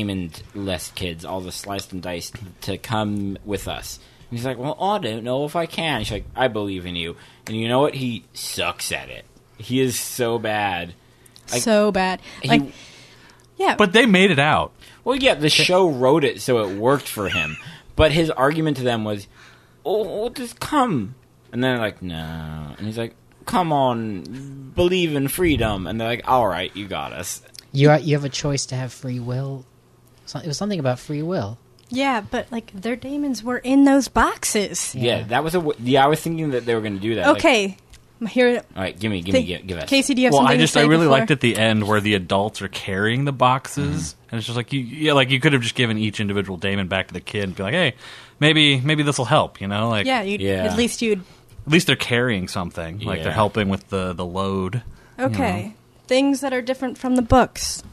Speaker 3: Damon-less kids, all the sliced and diced, to come with us." And he's like, "Well, I don't know if I can." She's like, "I believe in you." And you know what? He sucks at it. He is so bad. Like,
Speaker 2: so bad.
Speaker 3: He-
Speaker 2: Like, yeah,
Speaker 4: But they made it out.
Speaker 3: Well, yeah, the show wrote it, so it worked for him. But his argument to them was, "Oh, oh, just come," and they're like, "No," and he's like, "Come on, believe in freedom," and they're like, "All right, you got us."
Speaker 1: you are, you have a choice to have free will. So- It was something about free will.
Speaker 2: yeah, but like their demons were in those boxes.
Speaker 3: Yeah,
Speaker 1: Yeah.
Speaker 3: that was a. w- Yeah, I was thinking that they were going to do that. like,
Speaker 2: Okay, here.
Speaker 3: all right, give me, give me,
Speaker 2: Think,
Speaker 3: give, give us.
Speaker 2: Casey, do you have
Speaker 4: well,
Speaker 2: something
Speaker 4: I just
Speaker 2: to
Speaker 4: I
Speaker 2: say
Speaker 4: really
Speaker 2: before?
Speaker 4: liked at the end where the adults are carrying the boxes,
Speaker 1: Mm-hmm.
Speaker 4: and it's just like you yeah, like you could have just given each individual Damon back to the kid and be like, hey, maybe maybe this will help. You know, like
Speaker 2: Yeah, you'd,
Speaker 3: Yeah.
Speaker 2: at least you'd.
Speaker 4: at least they're carrying something. Like
Speaker 3: Yeah.
Speaker 4: they're helping with the the load.
Speaker 2: Okay, things that are different from the books.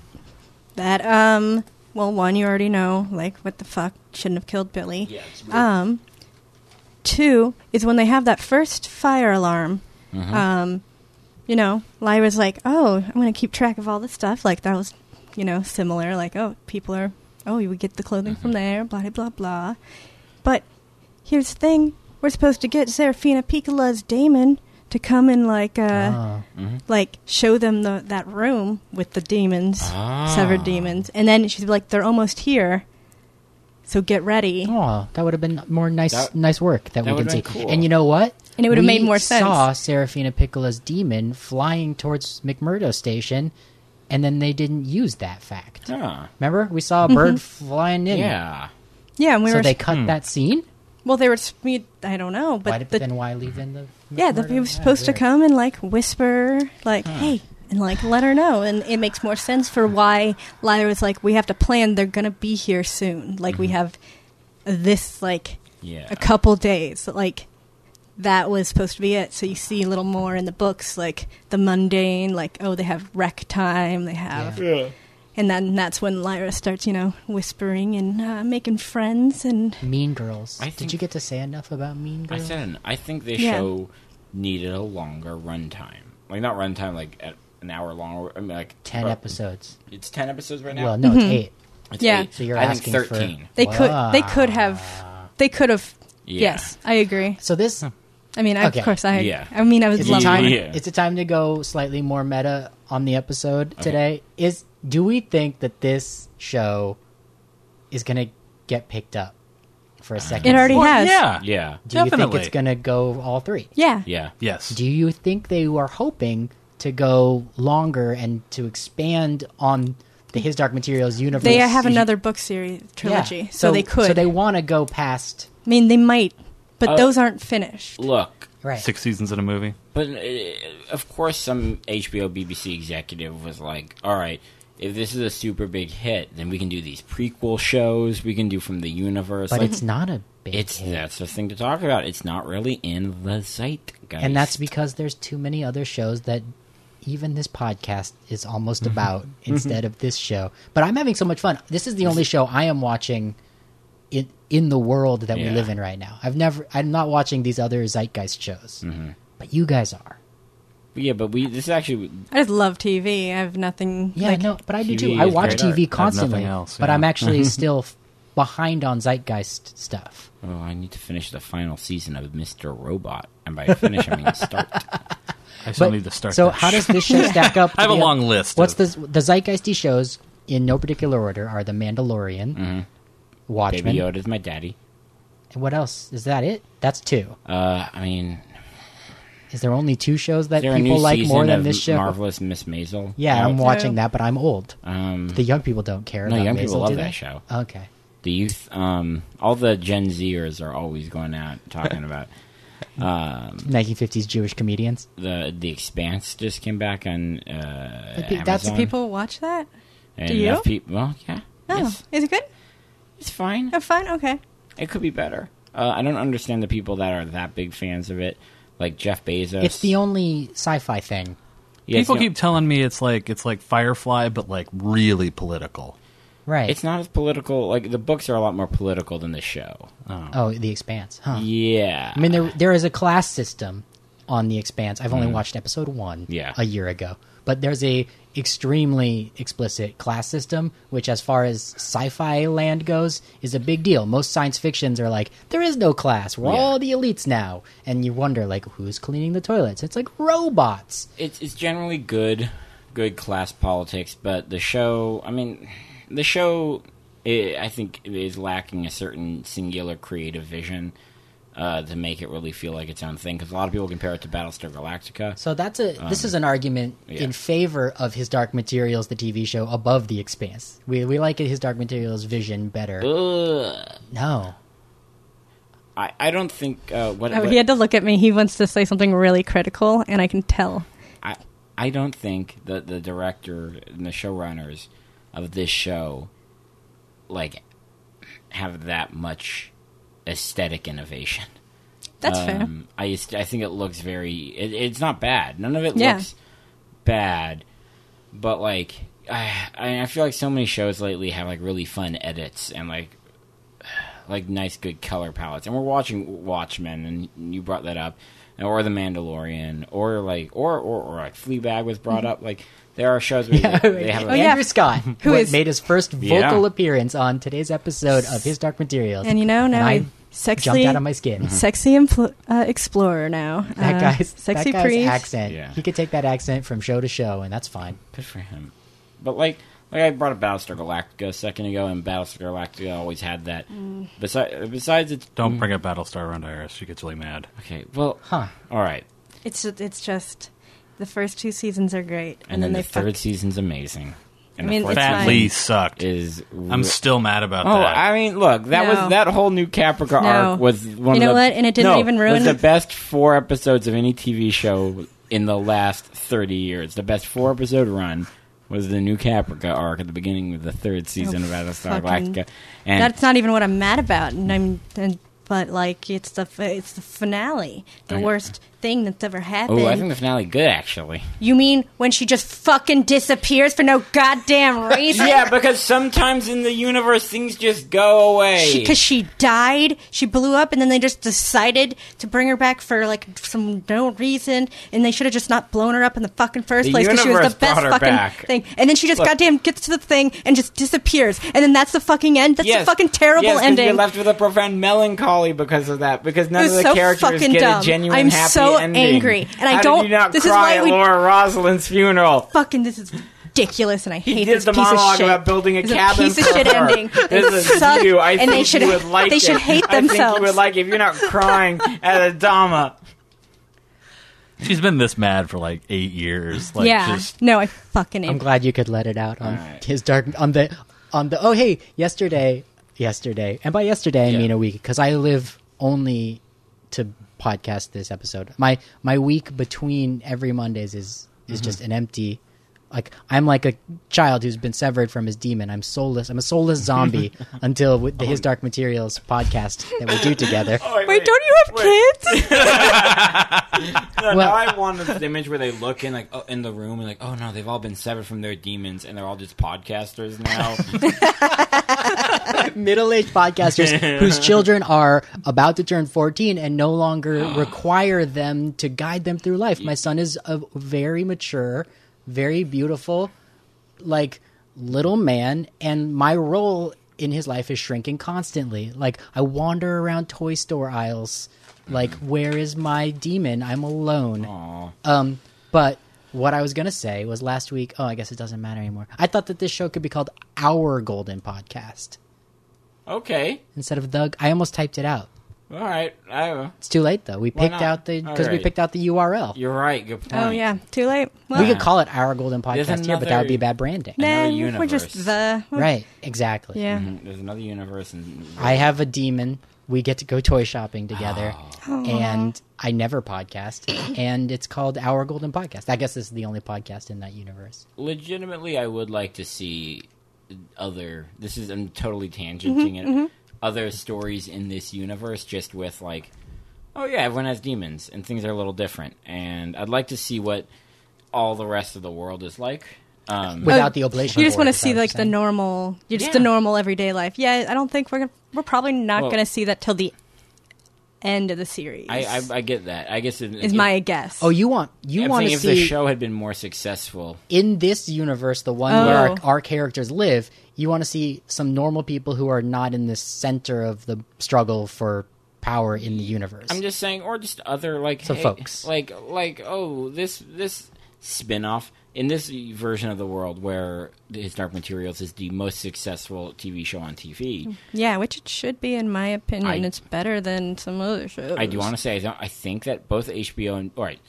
Speaker 2: That um, well, one you already know, like what the fuck shouldn't have killed Billy.
Speaker 3: Yeah, it's weird.
Speaker 2: Um, two is when they have that first fire alarm. Um, you know, Lyra's like, "Oh, I'm going to keep track of all this stuff." Like that was, you know, similar. Like, oh, people are, oh, you would get the clothing from there, blah blah blah blah. But here's the thing: we're supposed to get Serafina Piccola's Damon to come and like, uh,
Speaker 1: Oh.
Speaker 2: like show them the that room with the demons,
Speaker 3: Ah.
Speaker 2: severed demons, and then she's like, "They're almost here." So get ready.
Speaker 1: Oh, that would have been more nice,
Speaker 3: That-
Speaker 1: nice work that,
Speaker 3: that
Speaker 1: we can
Speaker 3: would've
Speaker 1: see.
Speaker 3: been cool.
Speaker 1: And you know what?
Speaker 2: And it would've
Speaker 1: We
Speaker 2: made more sense.
Speaker 1: Saw Serafina Piccola's demon flying towards McMurdo Station, and then they didn't use that fact.
Speaker 3: Ah,
Speaker 1: Remember, we saw a bird flying in.
Speaker 3: yeah.
Speaker 2: Mm-hmm. Yeah, and we
Speaker 1: so
Speaker 2: were
Speaker 1: they cut that scene.
Speaker 2: well. They were s- we, I don't know,
Speaker 1: why
Speaker 2: but
Speaker 1: did,
Speaker 2: the,
Speaker 1: then why leave in the?
Speaker 2: yeah, the,
Speaker 1: McMurdo?
Speaker 2: he was supposed to
Speaker 1: weird.
Speaker 2: come and like whisper, like hey, and like let her know, and it makes more sense for why Lyra was like, we have to plan. They're gonna be here soon. Like
Speaker 1: Mm-hmm.
Speaker 2: we have this like
Speaker 3: Yeah.
Speaker 2: a couple days. Like that was supposed to be it. So you see a little more in the books, like the mundane, like oh, they have rec time. They have. And then that's when Lyra starts, you know, whispering and uh, making friends and
Speaker 1: Mean Girls.
Speaker 3: I
Speaker 1: Did
Speaker 3: think-
Speaker 1: you get to say enough about Mean
Speaker 3: I
Speaker 1: Girls?
Speaker 3: said, I think this
Speaker 2: Yeah.
Speaker 3: show needed a longer runtime. Like not runtime, like at an hour long. Or, I mean, like
Speaker 1: Ten
Speaker 3: uh,
Speaker 1: episodes.
Speaker 3: It's ten episodes right now.
Speaker 1: Well, no, it's
Speaker 2: Mm-hmm.
Speaker 1: eight.
Speaker 3: It's
Speaker 2: Yeah.
Speaker 3: eight.
Speaker 1: So you're
Speaker 3: I
Speaker 1: asking
Speaker 3: think
Speaker 1: for-
Speaker 3: thirteen.
Speaker 2: They could. They could have. They could have.
Speaker 3: Yeah.
Speaker 2: Yes, I agree.
Speaker 1: So this
Speaker 2: I mean, I,
Speaker 1: Okay.
Speaker 2: of course, I.
Speaker 3: Yeah.
Speaker 2: I mean, I was
Speaker 1: is it
Speaker 3: Yeah.
Speaker 2: loving.
Speaker 1: time.
Speaker 2: it.
Speaker 3: Yeah.
Speaker 1: Is it time to go slightly more meta on the episode today? Is do we think that this show is going to get picked up for a second?
Speaker 2: Uh, It already
Speaker 1: season?
Speaker 2: has.
Speaker 4: Yeah,
Speaker 3: Yeah.
Speaker 1: Do you
Speaker 4: Definitely.
Speaker 1: think it's going to go all three?
Speaker 2: Yeah.
Speaker 3: Yeah.
Speaker 4: Yes.
Speaker 1: Do you think they are hoping to go longer and to expand on the His Dark Materials universe?
Speaker 2: They have another book series trilogy,
Speaker 1: Yeah.
Speaker 2: so, they could.
Speaker 1: So they Oh. want to go past.
Speaker 2: I mean, they might, but
Speaker 3: Uh,
Speaker 2: those aren't finished.
Speaker 3: Look,
Speaker 1: Right.
Speaker 4: Six seasons in a movie.
Speaker 3: but uh, of course, some HBO BBC executive was like, "All right, if this is a super big hit, then we can do these prequel shows. We can do from the universe.
Speaker 1: but
Speaker 3: like,
Speaker 1: it's not a big
Speaker 3: it's
Speaker 1: hit.
Speaker 3: that's the thing to talk about. It's not really in the zeitgeist,
Speaker 1: and that's because there's too many other shows that even this podcast is almost about instead of this show but i'm having so much fun this is the only show i am watching in in the world that we
Speaker 3: Yeah.
Speaker 1: live in right now i've never i'm not watching these other zeitgeist shows but you guys are
Speaker 3: yeah. But we this is actually
Speaker 2: I just love TV. I have nothing.
Speaker 1: yeah
Speaker 2: like,
Speaker 1: no but i do
Speaker 3: TV
Speaker 1: too i
Speaker 3: is
Speaker 1: watch
Speaker 3: great
Speaker 1: tv
Speaker 4: art. I have nothing
Speaker 1: constantly
Speaker 4: else,
Speaker 1: but
Speaker 4: yeah.
Speaker 1: i'm actually still f- behind on zeitgeist stuff.
Speaker 3: Oh, I need to finish the final season of Mr. Robot. And by finish, I mean start.
Speaker 4: I still
Speaker 1: But-
Speaker 4: need to start.
Speaker 1: So
Speaker 4: that
Speaker 1: how
Speaker 4: shit.
Speaker 1: does this show stack up? to
Speaker 4: I have a
Speaker 1: the-
Speaker 4: long list
Speaker 1: What's
Speaker 4: of-
Speaker 1: the the zeitgeisty shows in no particular order are The Mandalorian, Watchmen,
Speaker 3: Mm-hmm. Baby Yoda's my daddy.
Speaker 1: and what else is that? It that's two.
Speaker 3: Uh, I mean,
Speaker 1: Is there only two shows that
Speaker 3: is there a new
Speaker 1: people like
Speaker 3: season
Speaker 1: more than
Speaker 3: of
Speaker 1: this show?
Speaker 3: Marvelous Miss Maisel?
Speaker 1: Yeah,
Speaker 3: out?
Speaker 1: I'm watching that, but I'm old.
Speaker 3: Um,
Speaker 1: The young people don't care.
Speaker 3: No,
Speaker 1: about
Speaker 3: young
Speaker 1: Maisel,
Speaker 3: people love
Speaker 1: do
Speaker 3: that
Speaker 1: they?
Speaker 3: show.
Speaker 1: Okay,
Speaker 3: the youth, um, all the Gen Zers are always going out talking about
Speaker 1: 1950s Jewish comedians.
Speaker 3: the The Expanse just came back on uh,
Speaker 1: But pe-
Speaker 3: Amazon.
Speaker 1: that's
Speaker 2: Do people watch that?
Speaker 3: and
Speaker 2: do you? Oh,
Speaker 3: enough peop- well, yeah,
Speaker 2: No.
Speaker 3: yes,
Speaker 2: Is it good?
Speaker 3: it's fine.
Speaker 2: Have fun? Okay.
Speaker 3: It could be better. Uh, I don't understand the people that are that big fans of it, like Jeff Bezos.
Speaker 1: It's the only sci-fi thing.
Speaker 3: Yeah, it's
Speaker 4: People
Speaker 3: the-
Speaker 4: keep telling me it's like it's like Firefly, but like really political.
Speaker 1: Right.
Speaker 3: It's not as political. Like the books are a lot more political than the show.
Speaker 1: oh, The Expanse. Huh.
Speaker 3: Yeah,
Speaker 1: I mean, there there is a class system on The Expanse. I've only watched episode one
Speaker 3: Mm. Yeah.
Speaker 1: a year ago, but there's a extremely explicit class system, which, as far as sci-fi land goes, is a big deal. Most science fictions are like, there is no class. We're
Speaker 3: Yeah.
Speaker 1: all the elites now, and you wonder like, who's cleaning the toilets? It's like robots.
Speaker 3: it's it's generally good, good class politics, but the show. I mean, the show. i I think is lacking a certain singular creative vision uh, to make it really feel like its own thing. Because a lot of people compare it to Battlestar Galactica.
Speaker 1: So that's a this is an argument
Speaker 3: Um, yeah.
Speaker 1: in favor of His Dark Materials, the TV show, above The Expanse. We we like His Dark Materials vision better.
Speaker 3: Ugh.
Speaker 1: No,
Speaker 3: I I don't think uh, what,
Speaker 2: Oh,
Speaker 3: what-
Speaker 2: he had to look at me. He wants to say something really critical, and I can tell.
Speaker 3: I I don't think that the director and the showrunners of this show like have that much aesthetic innovation.
Speaker 2: That's fair.
Speaker 3: Um, I just- I think it looks very. It, it's not bad. None of it
Speaker 2: Yeah.
Speaker 3: looks bad, but like I I I feel like so many shows lately have like really fun edits and like like nice good color palettes. And we're watching Watchmen, and you brought that up, or The Mandalorian, or like or or, or like Fleabag was brought up. Like there are shows where they, they have.
Speaker 1: Andrew
Speaker 2: Mm-hmm.
Speaker 3: a-
Speaker 2: Oh, yeah.
Speaker 1: Scott,
Speaker 2: Who
Speaker 1: who
Speaker 2: is-
Speaker 1: made his first
Speaker 3: Yeah.
Speaker 1: vocal appearance on today's episode of His Dark Materials.
Speaker 2: And you know, Uh-huh. now
Speaker 1: I
Speaker 2: he sexily
Speaker 1: jumped out of my
Speaker 3: Mhm.
Speaker 1: skin.
Speaker 2: sexy impl- uh, explorer now.
Speaker 1: That
Speaker 2: Uh,
Speaker 1: guy's
Speaker 2: sexy
Speaker 1: that guy's
Speaker 2: priest.
Speaker 1: accent.
Speaker 3: Yeah.
Speaker 1: He could take that accent from show to show, and that's fine.
Speaker 3: Good for him. But like, like I brought up Battlestar Galactica a second ago, and Battlestar Galactica always had that.
Speaker 2: Mm.
Speaker 3: Besides, besides its
Speaker 4: Don't
Speaker 1: Mm.
Speaker 4: bring up Battlestar around Iris; she gets really mad.
Speaker 3: okay, well,
Speaker 1: Huh.
Speaker 3: all right,
Speaker 2: It's ju- it's just the first two seasons are great,
Speaker 3: and, then,
Speaker 2: they
Speaker 3: the third
Speaker 2: fuck-
Speaker 3: season's amazing. And
Speaker 2: I mean,
Speaker 3: the
Speaker 2: it's
Speaker 4: Fat
Speaker 2: fine.
Speaker 4: Lee sucked.
Speaker 3: is. re-
Speaker 4: I'm still mad about
Speaker 3: Oh,
Speaker 4: that.
Speaker 3: I mean, look, that
Speaker 2: No.
Speaker 3: was that whole new Caprica
Speaker 2: No.
Speaker 3: arc was one.
Speaker 2: You know
Speaker 3: of the,
Speaker 2: what? And it didn't
Speaker 3: no,
Speaker 2: even ruin-
Speaker 3: was the best four episodes of any TV show in the last thirty years. The best four episode run was the new Caprica arc at the beginning of the third season of
Speaker 2: Oh,
Speaker 3: Battlestar
Speaker 2: fucking-
Speaker 3: Galactica, and
Speaker 2: That's not even what I'm mad about, and I'm and, but like it's the f- it's the finale, the
Speaker 3: Okay.
Speaker 2: worst thing that's ever happened.
Speaker 3: oh, I think the finale good actually.
Speaker 2: you mean when she just fucking disappears for no goddamn reason?
Speaker 3: Yeah, because sometimes in the universe things just go away.
Speaker 2: because she, died she blew up and then they just decided to bring her back for like some no reason and they should have just not blown her up in the fucking first
Speaker 3: The
Speaker 2: place because she was
Speaker 3: universe
Speaker 2: the best
Speaker 3: brought her
Speaker 2: fucking
Speaker 3: back.
Speaker 2: thing and then she just
Speaker 3: Look.
Speaker 2: goddamn gets to the thing and just disappears and then that's the fucking end that's the fucking terrible
Speaker 3: yes, 'cause
Speaker 2: ending
Speaker 3: You're left with a profound melancholy because of that. Because none
Speaker 2: It
Speaker 3: of
Speaker 2: was
Speaker 3: the
Speaker 2: so
Speaker 3: characters
Speaker 2: fucking
Speaker 3: get
Speaker 2: dumb.
Speaker 3: a genuine
Speaker 2: I'm
Speaker 3: happy
Speaker 2: so
Speaker 3: ending.
Speaker 2: angry, and I
Speaker 3: How
Speaker 2: don't-
Speaker 3: Did you not
Speaker 2: this is
Speaker 3: cry
Speaker 2: why
Speaker 3: at
Speaker 2: we-
Speaker 3: Laura Rosalind's funeral.
Speaker 2: fucking this is ridiculous and I hate
Speaker 3: did
Speaker 2: this
Speaker 3: the
Speaker 2: piece of
Speaker 3: monologue
Speaker 2: shit.
Speaker 3: about building a
Speaker 2: It's
Speaker 3: cabin
Speaker 2: piece of
Speaker 3: for
Speaker 2: shit
Speaker 3: her.
Speaker 2: ending. They
Speaker 3: This is
Speaker 2: suck,
Speaker 3: you. I
Speaker 2: and
Speaker 3: think
Speaker 2: they should
Speaker 3: you would like
Speaker 2: they
Speaker 3: it.
Speaker 2: should hate
Speaker 3: I think
Speaker 2: themselves.
Speaker 3: you would like if you're not crying at Adama.
Speaker 4: She's been this mad for like eight years. Like,
Speaker 2: yeah,
Speaker 4: just,
Speaker 2: no, I fucking hate
Speaker 1: I'm glad you could let it out on
Speaker 3: Alright.
Speaker 1: His Dark on the on the. Oh hey, yesterday, yesterday, and by yesterday
Speaker 3: Yeah.
Speaker 1: I mean a week because I live only to podcast this episode. My my week between every Mondays is is just an empty. Like I'm like a child who's been severed from his demon. I'm soulless. I'm a soulless zombie until with the His Dark Materials podcast that we do together.
Speaker 3: Oh
Speaker 2: Wait, don't you have kids?
Speaker 3: No,
Speaker 1: Well-
Speaker 3: now I want this image where they look in like oh, in the room and like, oh no, they've all been severed from their demons and they're all just podcasters now.
Speaker 1: middle-aged podcasters whose children are about to turn 14 and no longer require them to guide them through life. My son is a very mature, very beautiful, like little man, and my role in his life is shrinking constantly. Like I wander around toy store aisles. Like where is my demon? I'm alone. Um, but what I was gonna say was last week. Oh, I guess it doesn't matter anymore. I thought that this show could be called Our Golden Podcast
Speaker 3: Okay.
Speaker 1: instead of the. I almost typed it out.
Speaker 3: All right. I,
Speaker 1: It's too late though. We picked
Speaker 3: not?
Speaker 1: out the because we
Speaker 3: Alright.
Speaker 1: picked out the URL.
Speaker 3: you're right. Good point.
Speaker 2: Oh yeah, too late. Well,
Speaker 1: we could call it Our Golden Podcast here, but that would
Speaker 3: another-
Speaker 1: be bad branding.
Speaker 2: then
Speaker 3: another
Speaker 2: we're just
Speaker 3: universe.
Speaker 2: the
Speaker 1: Right? Exactly.
Speaker 2: Yeah.
Speaker 3: Mhm, There's another universe. And,
Speaker 1: I have a demon. We get to go toy shopping together.
Speaker 2: Oh.
Speaker 1: And I never podcast. And it's called Our Golden Podcast. I guess this is the only podcast in that universe.
Speaker 3: legitimately, I would like to see other. This is I'm totally tangenting
Speaker 2: Mm-hmm,
Speaker 3: it. Other stories in this universe, just with like, oh yeah, everyone has demons and things are a little different. And I'd like to see what all the rest of the world is like. Um,
Speaker 1: Without the oblation.
Speaker 2: Oh, You just
Speaker 1: board,
Speaker 2: want to
Speaker 1: is what
Speaker 2: see
Speaker 1: I'm
Speaker 2: like the
Speaker 1: saying.
Speaker 2: normal, you're just
Speaker 3: Yeah.
Speaker 2: the normal everyday life. Yeah, I don't think we're gonna, we're probably not
Speaker 3: Well-
Speaker 2: gonna see that till the end of the series.
Speaker 3: I, I I get that. I guess it,
Speaker 2: is my guess.
Speaker 1: Oh, you want you
Speaker 3: I'm
Speaker 1: want
Speaker 3: saying
Speaker 1: to
Speaker 3: if the
Speaker 1: see
Speaker 3: show had been more successful.
Speaker 1: in this universe, the one where our,
Speaker 2: Oh.
Speaker 1: our characters live. You want to see some normal people who are not in the center of the struggle for power in the universe.
Speaker 3: I'm just saying, or just other like
Speaker 1: So
Speaker 3: hey,
Speaker 1: folks.
Speaker 3: like like oh this this spin-off in this version of the world where his Dark Materials is the most successful TV show on TV.
Speaker 2: yeah, which it should be in my opinion.
Speaker 3: I-
Speaker 2: it's better than some other shows.
Speaker 3: I do want to say I, don't, I think that both HBO and all right.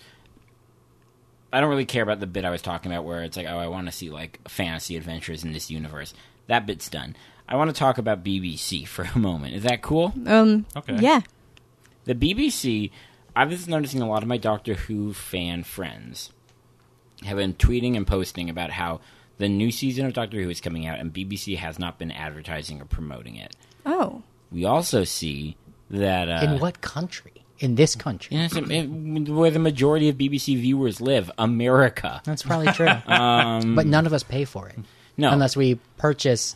Speaker 3: I don't really care about the bit I was talking about where it's like oh I want to see like fantasy adventures in this universe. That bit's done. I want to talk about BBC for a moment. Is that cool?
Speaker 2: Um.
Speaker 4: Okay.
Speaker 2: Yeah.
Speaker 3: The BBC, I've just noticing a lot of my Doctor Who fan friends have been tweeting and posting about how the new season of Doctor Who is coming out and BBC has not been advertising or promoting it.
Speaker 2: Oh.
Speaker 3: We also see that. Uh,
Speaker 1: in what country? In this country.
Speaker 3: you know, some- in- where the majority of BBC viewers live, America.
Speaker 1: That's probably true. Um, but none of us pay for it.
Speaker 3: No.
Speaker 1: Unless we purchase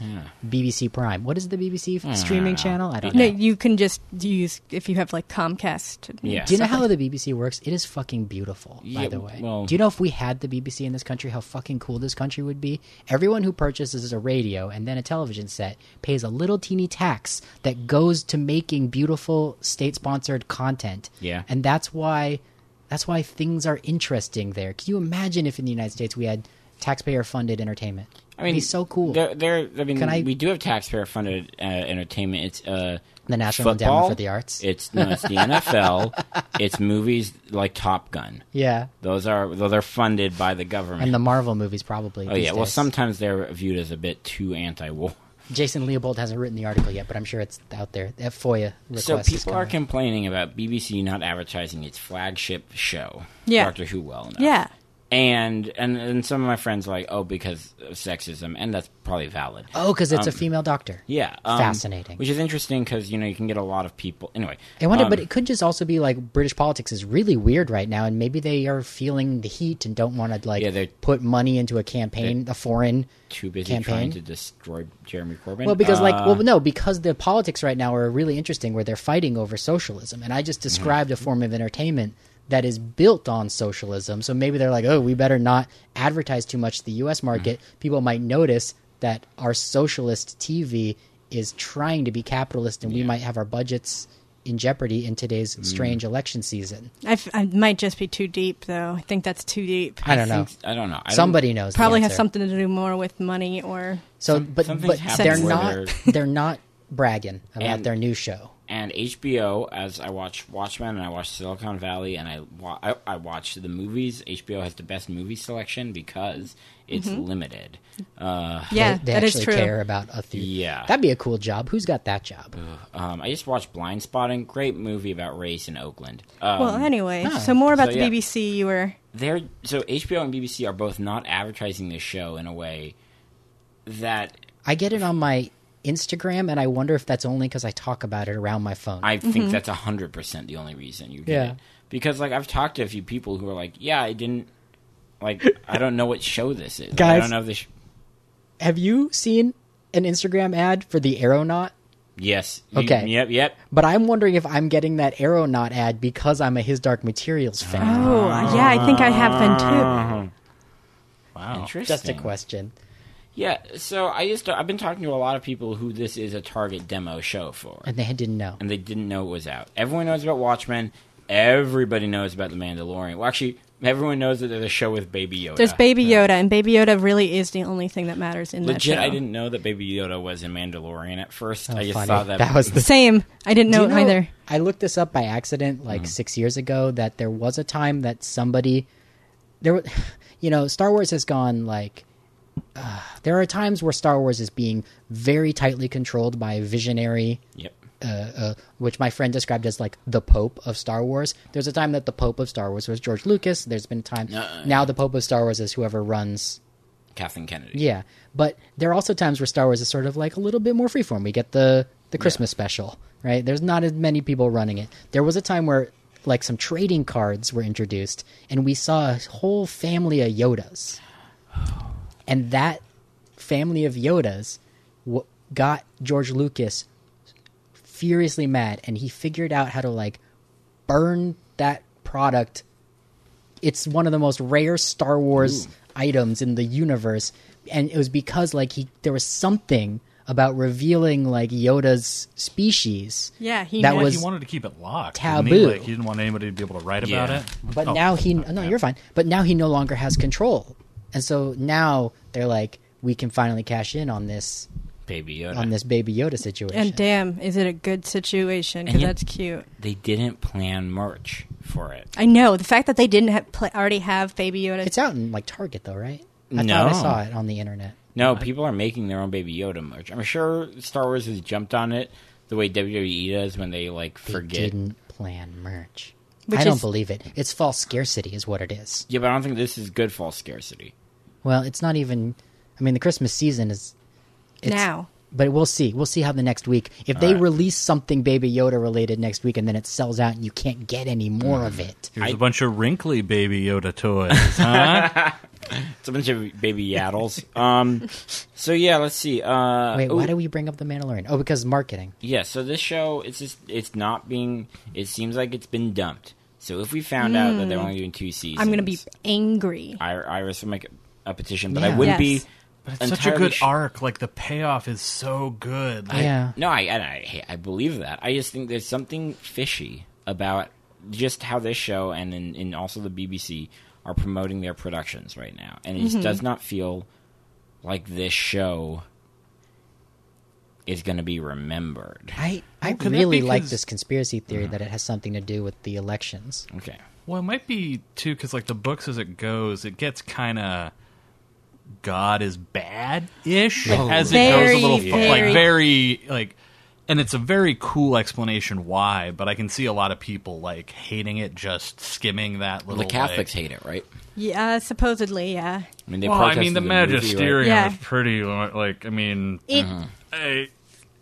Speaker 1: BBC Prime. What is the BBC streaming channel? I don't
Speaker 2: No,
Speaker 1: know.
Speaker 2: you can just use if you have like Comcast.
Speaker 3: Yeah.
Speaker 1: Do you know how the BBC works? It is fucking beautiful, by
Speaker 3: Yeah,
Speaker 1: the way.
Speaker 3: well-
Speaker 1: Do you know if we had the BBC in this country, how fucking cool this country would be? Everyone who purchases a radio and then a television set pays a little teeny tax that goes to making beautiful state sponsored content.
Speaker 3: Yeah.
Speaker 1: And that's why that's why things are interesting there. Can you imagine if in the United States we had taxpayer funded entertainment?
Speaker 3: I mean,
Speaker 1: It'd be so cool.
Speaker 3: There, there. I mean,
Speaker 1: Can I-
Speaker 3: we do have taxpayer-funded uh, entertainment. It's uh,
Speaker 1: The National Endowment
Speaker 3: football,
Speaker 1: for the Arts.
Speaker 3: It's no, it's the NFL. It's movies like Top Gun.
Speaker 1: yeah.
Speaker 3: Those are though they're funded by the government.
Speaker 1: And the Marvel movies probably.
Speaker 3: oh yeah, well
Speaker 1: sometimes.
Speaker 3: sometimes they're viewed as a bit too anti-war.
Speaker 1: Jason Leopold hasn't written the article yet, but I'm sure it's out there. That FOIA request.
Speaker 3: So
Speaker 1: is
Speaker 3: people are
Speaker 1: coming.
Speaker 3: complaining about BBC not advertising its flagship show,
Speaker 2: Yeah.
Speaker 3: Doctor Who, well enough.
Speaker 2: Yeah.
Speaker 3: and and and some of my friends are like, oh, because of sexism, and that's probably valid.
Speaker 1: Oh, because it's a female doctor.
Speaker 3: Um, Yeah, um,
Speaker 1: Fascinating.
Speaker 3: Which is interesting because you know you can get a lot of people. Anyway,
Speaker 1: I wonder,
Speaker 3: um,
Speaker 1: but it could just also be like British politics is really weird right now, and maybe they are feeling the heat and don't want to like
Speaker 3: Yeah, they're-
Speaker 1: put money into a campaign, a foreign
Speaker 3: too busy
Speaker 1: campaign.
Speaker 3: trying to destroy Jeremy Corbyn.
Speaker 1: Well, because like,
Speaker 3: Uh,
Speaker 1: well, no, because the politics right now are really interesting, where they're fighting over socialism, and I
Speaker 3: Mm-hmm.
Speaker 1: just described a form of entertainment that is built on socialism. So maybe they're like, oh, we better not advertise too much to the U.S. market.
Speaker 3: Mm-hmm.
Speaker 1: People might notice that our socialist TV is trying to be capitalist, and we might have our budgets in jeopardy in today's
Speaker 3: Mm.
Speaker 1: strange election season.
Speaker 2: I, f- I might just be too deep though. I think that's too deep.
Speaker 1: I don't know.
Speaker 3: think- I don't know. I don't-
Speaker 1: Somebody knows. the
Speaker 2: Probably has
Speaker 1: answer.
Speaker 2: something to do more with money or
Speaker 1: So, but
Speaker 3: something's
Speaker 1: but
Speaker 3: happened
Speaker 1: they're
Speaker 2: where
Speaker 1: not
Speaker 3: they're-
Speaker 1: they're not bragging about
Speaker 3: And-
Speaker 1: their new show.
Speaker 3: and HBO as I watch Watchmen and I watch Silicon Valley and I wa- I, I watch the movies. HBO has the best movie selection because it's
Speaker 1: Mm-hmm.
Speaker 3: limited. Uh,
Speaker 2: yeah,
Speaker 1: they, they
Speaker 2: that is
Speaker 1: actually
Speaker 2: true.
Speaker 1: care about a theory.
Speaker 3: Yeah.
Speaker 1: that'd be a cool job. Who's got that job?
Speaker 3: um, I just watched Blind Spotting, great movie about race in Oakland. Um,
Speaker 2: Well, anyway, so more about
Speaker 3: so
Speaker 2: the
Speaker 3: yeah.
Speaker 2: BBC. You were
Speaker 3: they're so HBO and BBC are both not advertising this show in a way that
Speaker 1: I get it on my Instagram, and I wonder if that's only because I talk about it around my phone.
Speaker 3: I think that's a hundred percent the only reason you did
Speaker 1: Mm-hmm. Yeah.
Speaker 3: it. Because like I've talked to a few people who are like, yeah, I didn't. Like I don't know what show this is. Like, I
Speaker 1: Guys.
Speaker 3: don't know if this. Sh-
Speaker 1: Have you seen an Instagram ad for the Aeronaut?
Speaker 3: yes. You-
Speaker 1: Okay.
Speaker 3: Yep. Yep.
Speaker 1: But I'm wondering if I'm getting that Aeronaut ad because I'm a His Dark Materials fan.
Speaker 3: Ah.
Speaker 2: oh yeah, I think I have been too.
Speaker 4: Wow.
Speaker 3: Interesting.
Speaker 1: Just a question.
Speaker 3: Yeah, so I just I've been talking to a lot of people who this is a target demo show for,
Speaker 1: and they didn't know.
Speaker 3: and they didn't know it was out. Everyone knows about Watchmen. Everybody knows about The Mandalorian. Well, actually, everyone knows that there's a show with Baby Yoda.
Speaker 2: There's Baby Yoda, and Baby Yoda really is the only thing that matters in
Speaker 3: Legit,
Speaker 2: that show.
Speaker 3: I didn't know that Baby Yoda was in Mandalorian at first.
Speaker 1: Oh,
Speaker 3: I just
Speaker 1: funny.
Speaker 3: thought that.
Speaker 1: That was the
Speaker 2: Same. I didn't
Speaker 1: Do
Speaker 2: know,
Speaker 1: you
Speaker 2: it either.
Speaker 1: I looked this up by accident like six years ago that there was a time that somebody there, wa- you know, Star Wars has gone like. Uh, there are times where Star Wars is being very tightly controlled by a visionary,
Speaker 3: Yep.
Speaker 1: uh, uh, which my friend described as like the Pope of Star Wars. There's a time that the Pope of Star Wars was George Lucas. There's been a time
Speaker 3: Uh,
Speaker 1: now the Pope of Star Wars is whoever runs
Speaker 3: Kathleen Kennedy.
Speaker 1: yeah, but there are also times where Star Wars is sort of like a little bit more freeform. We get the the Christmas special, right? There's not as many people running it. There was a time where like some trading cards were introduced, and we saw a whole family of Yodas, and that family of Yodas w- got George Lucas furiously mad, and he figured out how to like burn that product it's one of the most rare Star Wars items in the universe, and it was because like he there was something about revealing like Yoda's species.
Speaker 2: Yeah, he
Speaker 1: That
Speaker 2: knew.
Speaker 4: Well,
Speaker 1: was-
Speaker 4: he wanted to keep it locked. Didn't
Speaker 1: taboo.
Speaker 4: he? Like, he didn't want anybody to be able to write about
Speaker 3: Yeah.
Speaker 4: it.
Speaker 1: But
Speaker 4: Oh,
Speaker 1: now he
Speaker 4: okay.
Speaker 1: no, you're fine. But now he no longer has control, and so now they're like, we can finally cash in on this
Speaker 3: Baby Yoda.
Speaker 1: on this Baby Yoda situation.
Speaker 2: And damn, is it a good situation?
Speaker 3: And
Speaker 2: Because
Speaker 3: yet-
Speaker 2: that's cute.
Speaker 3: They didn't plan merch for it.
Speaker 2: I know the fact that they didn't have pla already have Baby Yoda.
Speaker 1: it's out in like Target though, right? I
Speaker 3: No.
Speaker 1: thought I saw it on the internet.
Speaker 3: No, people are making their own Baby Yoda merch. I'm sure Star Wars has jumped on it the way WWE does when they like
Speaker 1: They
Speaker 3: forget.
Speaker 1: didn't plan merch.
Speaker 2: Which
Speaker 1: I don't
Speaker 2: is-
Speaker 1: believe it. It's false scarcity, is what it is.
Speaker 3: Yeah, but I don't think this is good false scarcity.
Speaker 1: Well, it's not even. I mean, the Christmas season is it's,
Speaker 2: Now.
Speaker 1: but we'll see. We'll see how the next week. If they
Speaker 3: right.
Speaker 1: release something Baby Yoda related next week, and then it sells out, and you can't get any more of it.
Speaker 3: Mm.
Speaker 4: Here's a bunch of wrinkly baby Yoda toys. Huh?
Speaker 3: It's a bunch of baby yaddles. um, so yeah, let's see. Uh,
Speaker 1: Wait,
Speaker 3: ooh,
Speaker 1: why do we bring up the Mandalorian? Oh, because marketing.
Speaker 3: Yeah, so this show, it's just it's not being. It seems like it's been dumped. So if we found out that they're only doing two seasons,
Speaker 2: I'm gonna be angry.
Speaker 3: I, Iris would make a petition, but I
Speaker 1: Yeah.
Speaker 3: wouldn't
Speaker 2: Yes.
Speaker 3: be.
Speaker 4: But it's such a
Speaker 3: entirely
Speaker 4: good
Speaker 3: sh-
Speaker 4: arc. Like the payoff is so good. Like,
Speaker 1: yeah,
Speaker 3: No, I, and I I believe that. I just think there's something fishy about just how this show and in, and also the BBC are promoting their productions right now, and it
Speaker 4: Mm-hmm.
Speaker 3: just does not feel like this show is going to be remembered.
Speaker 1: I I
Speaker 4: Well, could that
Speaker 1: really
Speaker 4: be
Speaker 1: like
Speaker 4: 'cause-
Speaker 1: this conspiracy theory
Speaker 3: Mm.
Speaker 1: that it has something to do with the elections.
Speaker 3: Okay,
Speaker 4: Well, it might be too because like the books as it goes, it gets kind of God is bad ish as it goes a
Speaker 2: Very,
Speaker 4: little fu-
Speaker 2: very-
Speaker 4: like very like, and it's a very cool explanation why. But I can see a lot of people like hating it, just skimming that little.
Speaker 3: the Catholics
Speaker 4: like-
Speaker 3: hate it, right?
Speaker 2: Yeah, uh, supposedly, yeah.
Speaker 3: I mean, they
Speaker 4: well, I
Speaker 3: protested
Speaker 4: mean, the
Speaker 3: movie, right?
Speaker 4: magisterium
Speaker 2: Yeah.
Speaker 4: is pretty uh, like. I mean,
Speaker 2: It,
Speaker 3: Uh-huh.
Speaker 4: I,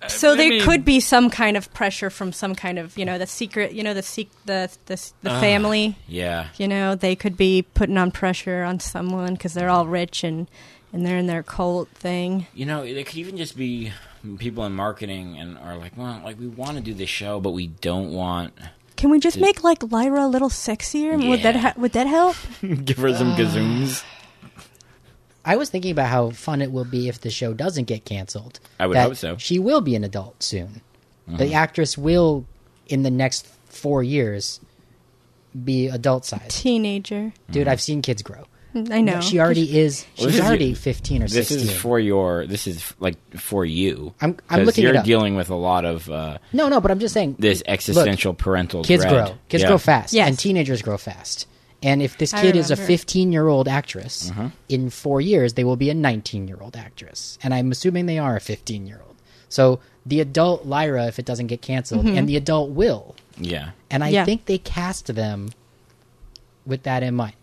Speaker 2: So there
Speaker 4: mean-
Speaker 2: could be some kind of pressure from some kind of you know the secret you know the sec- the the, the
Speaker 3: Uh.
Speaker 2: family
Speaker 3: Yeah,
Speaker 2: you know they could be putting on pressure on someone because they're all rich and and they're in their cult thing.
Speaker 3: you know, it could even just be people in marketing and are like, well, like we want to do this show, but we don't want
Speaker 2: Can we just make like Lyra a little sexier? Would that
Speaker 3: Yeah.
Speaker 2: ha- would that help?
Speaker 3: give her some gazooms.
Speaker 1: I was thinking about how fun it will be if the show doesn't get canceled.
Speaker 3: I would
Speaker 1: That
Speaker 3: hope so. Mm-hmm.
Speaker 1: She will be an adult soon. The actress will, in the next four years, be adult size.
Speaker 2: Teenager,
Speaker 1: Dude, I've seen kids grow.
Speaker 2: I know.
Speaker 1: She already is. She's
Speaker 3: Well, Mm-hmm. this is-
Speaker 1: already fifteen or
Speaker 3: This
Speaker 1: sixteen.
Speaker 3: is for your. This is like for you.
Speaker 1: I'm- I'm
Speaker 3: 'Cause
Speaker 1: looking it
Speaker 3: You're
Speaker 1: up.
Speaker 3: dealing with a lot of uh,
Speaker 1: no, no, but I'm just saying
Speaker 3: this existential parental.
Speaker 1: Look, kids
Speaker 3: dread.
Speaker 1: grow. Kids
Speaker 3: Yeah.
Speaker 1: grow fast,
Speaker 2: Yes.
Speaker 1: and teenagers grow fast. And if this
Speaker 2: I
Speaker 1: kid is a
Speaker 2: remember.
Speaker 1: 15 year old actress,
Speaker 3: Uh-huh.
Speaker 1: in four years they will be a 19 year old actress. And I'm assuming they are a 15 year old. So the adult Lyra, if it doesn't get canceled, and the adult Will.
Speaker 3: Yeah,
Speaker 1: And I
Speaker 2: Mm-hmm. Yeah.
Speaker 1: think they cast them with that in mind.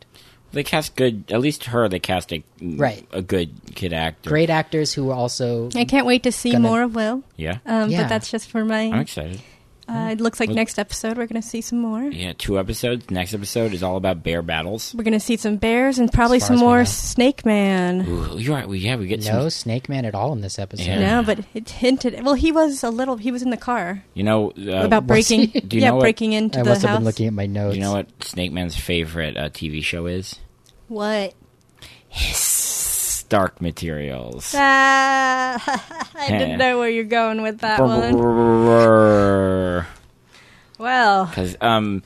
Speaker 3: they cast good. At least her, they cast a
Speaker 1: Right.
Speaker 3: a good kid actor.
Speaker 1: Great actors who are also.
Speaker 2: I can't wait to see
Speaker 1: Gonna-
Speaker 2: more of Will.
Speaker 3: Yeah,
Speaker 2: Um,
Speaker 1: Yeah.
Speaker 2: But that's just for
Speaker 3: I'm
Speaker 2: my.
Speaker 3: excited.
Speaker 2: Uh, it looks like next episode we're going to see some more.
Speaker 3: Yeah, two episodes. Next episode is all about bear battles.
Speaker 2: We're going to see some bears and probably
Speaker 1: As far
Speaker 2: some
Speaker 1: as we know.
Speaker 2: more Snake Man.
Speaker 3: Ooh, you're right. We yeah, we get
Speaker 1: No
Speaker 3: some.
Speaker 1: Snake Man at all in this episode.
Speaker 3: Yeah.
Speaker 2: No, but it hinted. Well, he was a little. He was in the car
Speaker 3: You know uh,
Speaker 2: about breaking.
Speaker 1: he?
Speaker 3: Do you
Speaker 2: yeah,
Speaker 3: know what-
Speaker 2: breaking into
Speaker 1: I
Speaker 2: the
Speaker 1: must
Speaker 2: house.
Speaker 1: have been looking at my notes.
Speaker 3: You know what Snake Man's favorite uh, TV show is?
Speaker 2: What?
Speaker 3: Stark materials.
Speaker 2: Ah, I didn't know where you're going with that one.
Speaker 3: Because
Speaker 2: Well,
Speaker 3: um,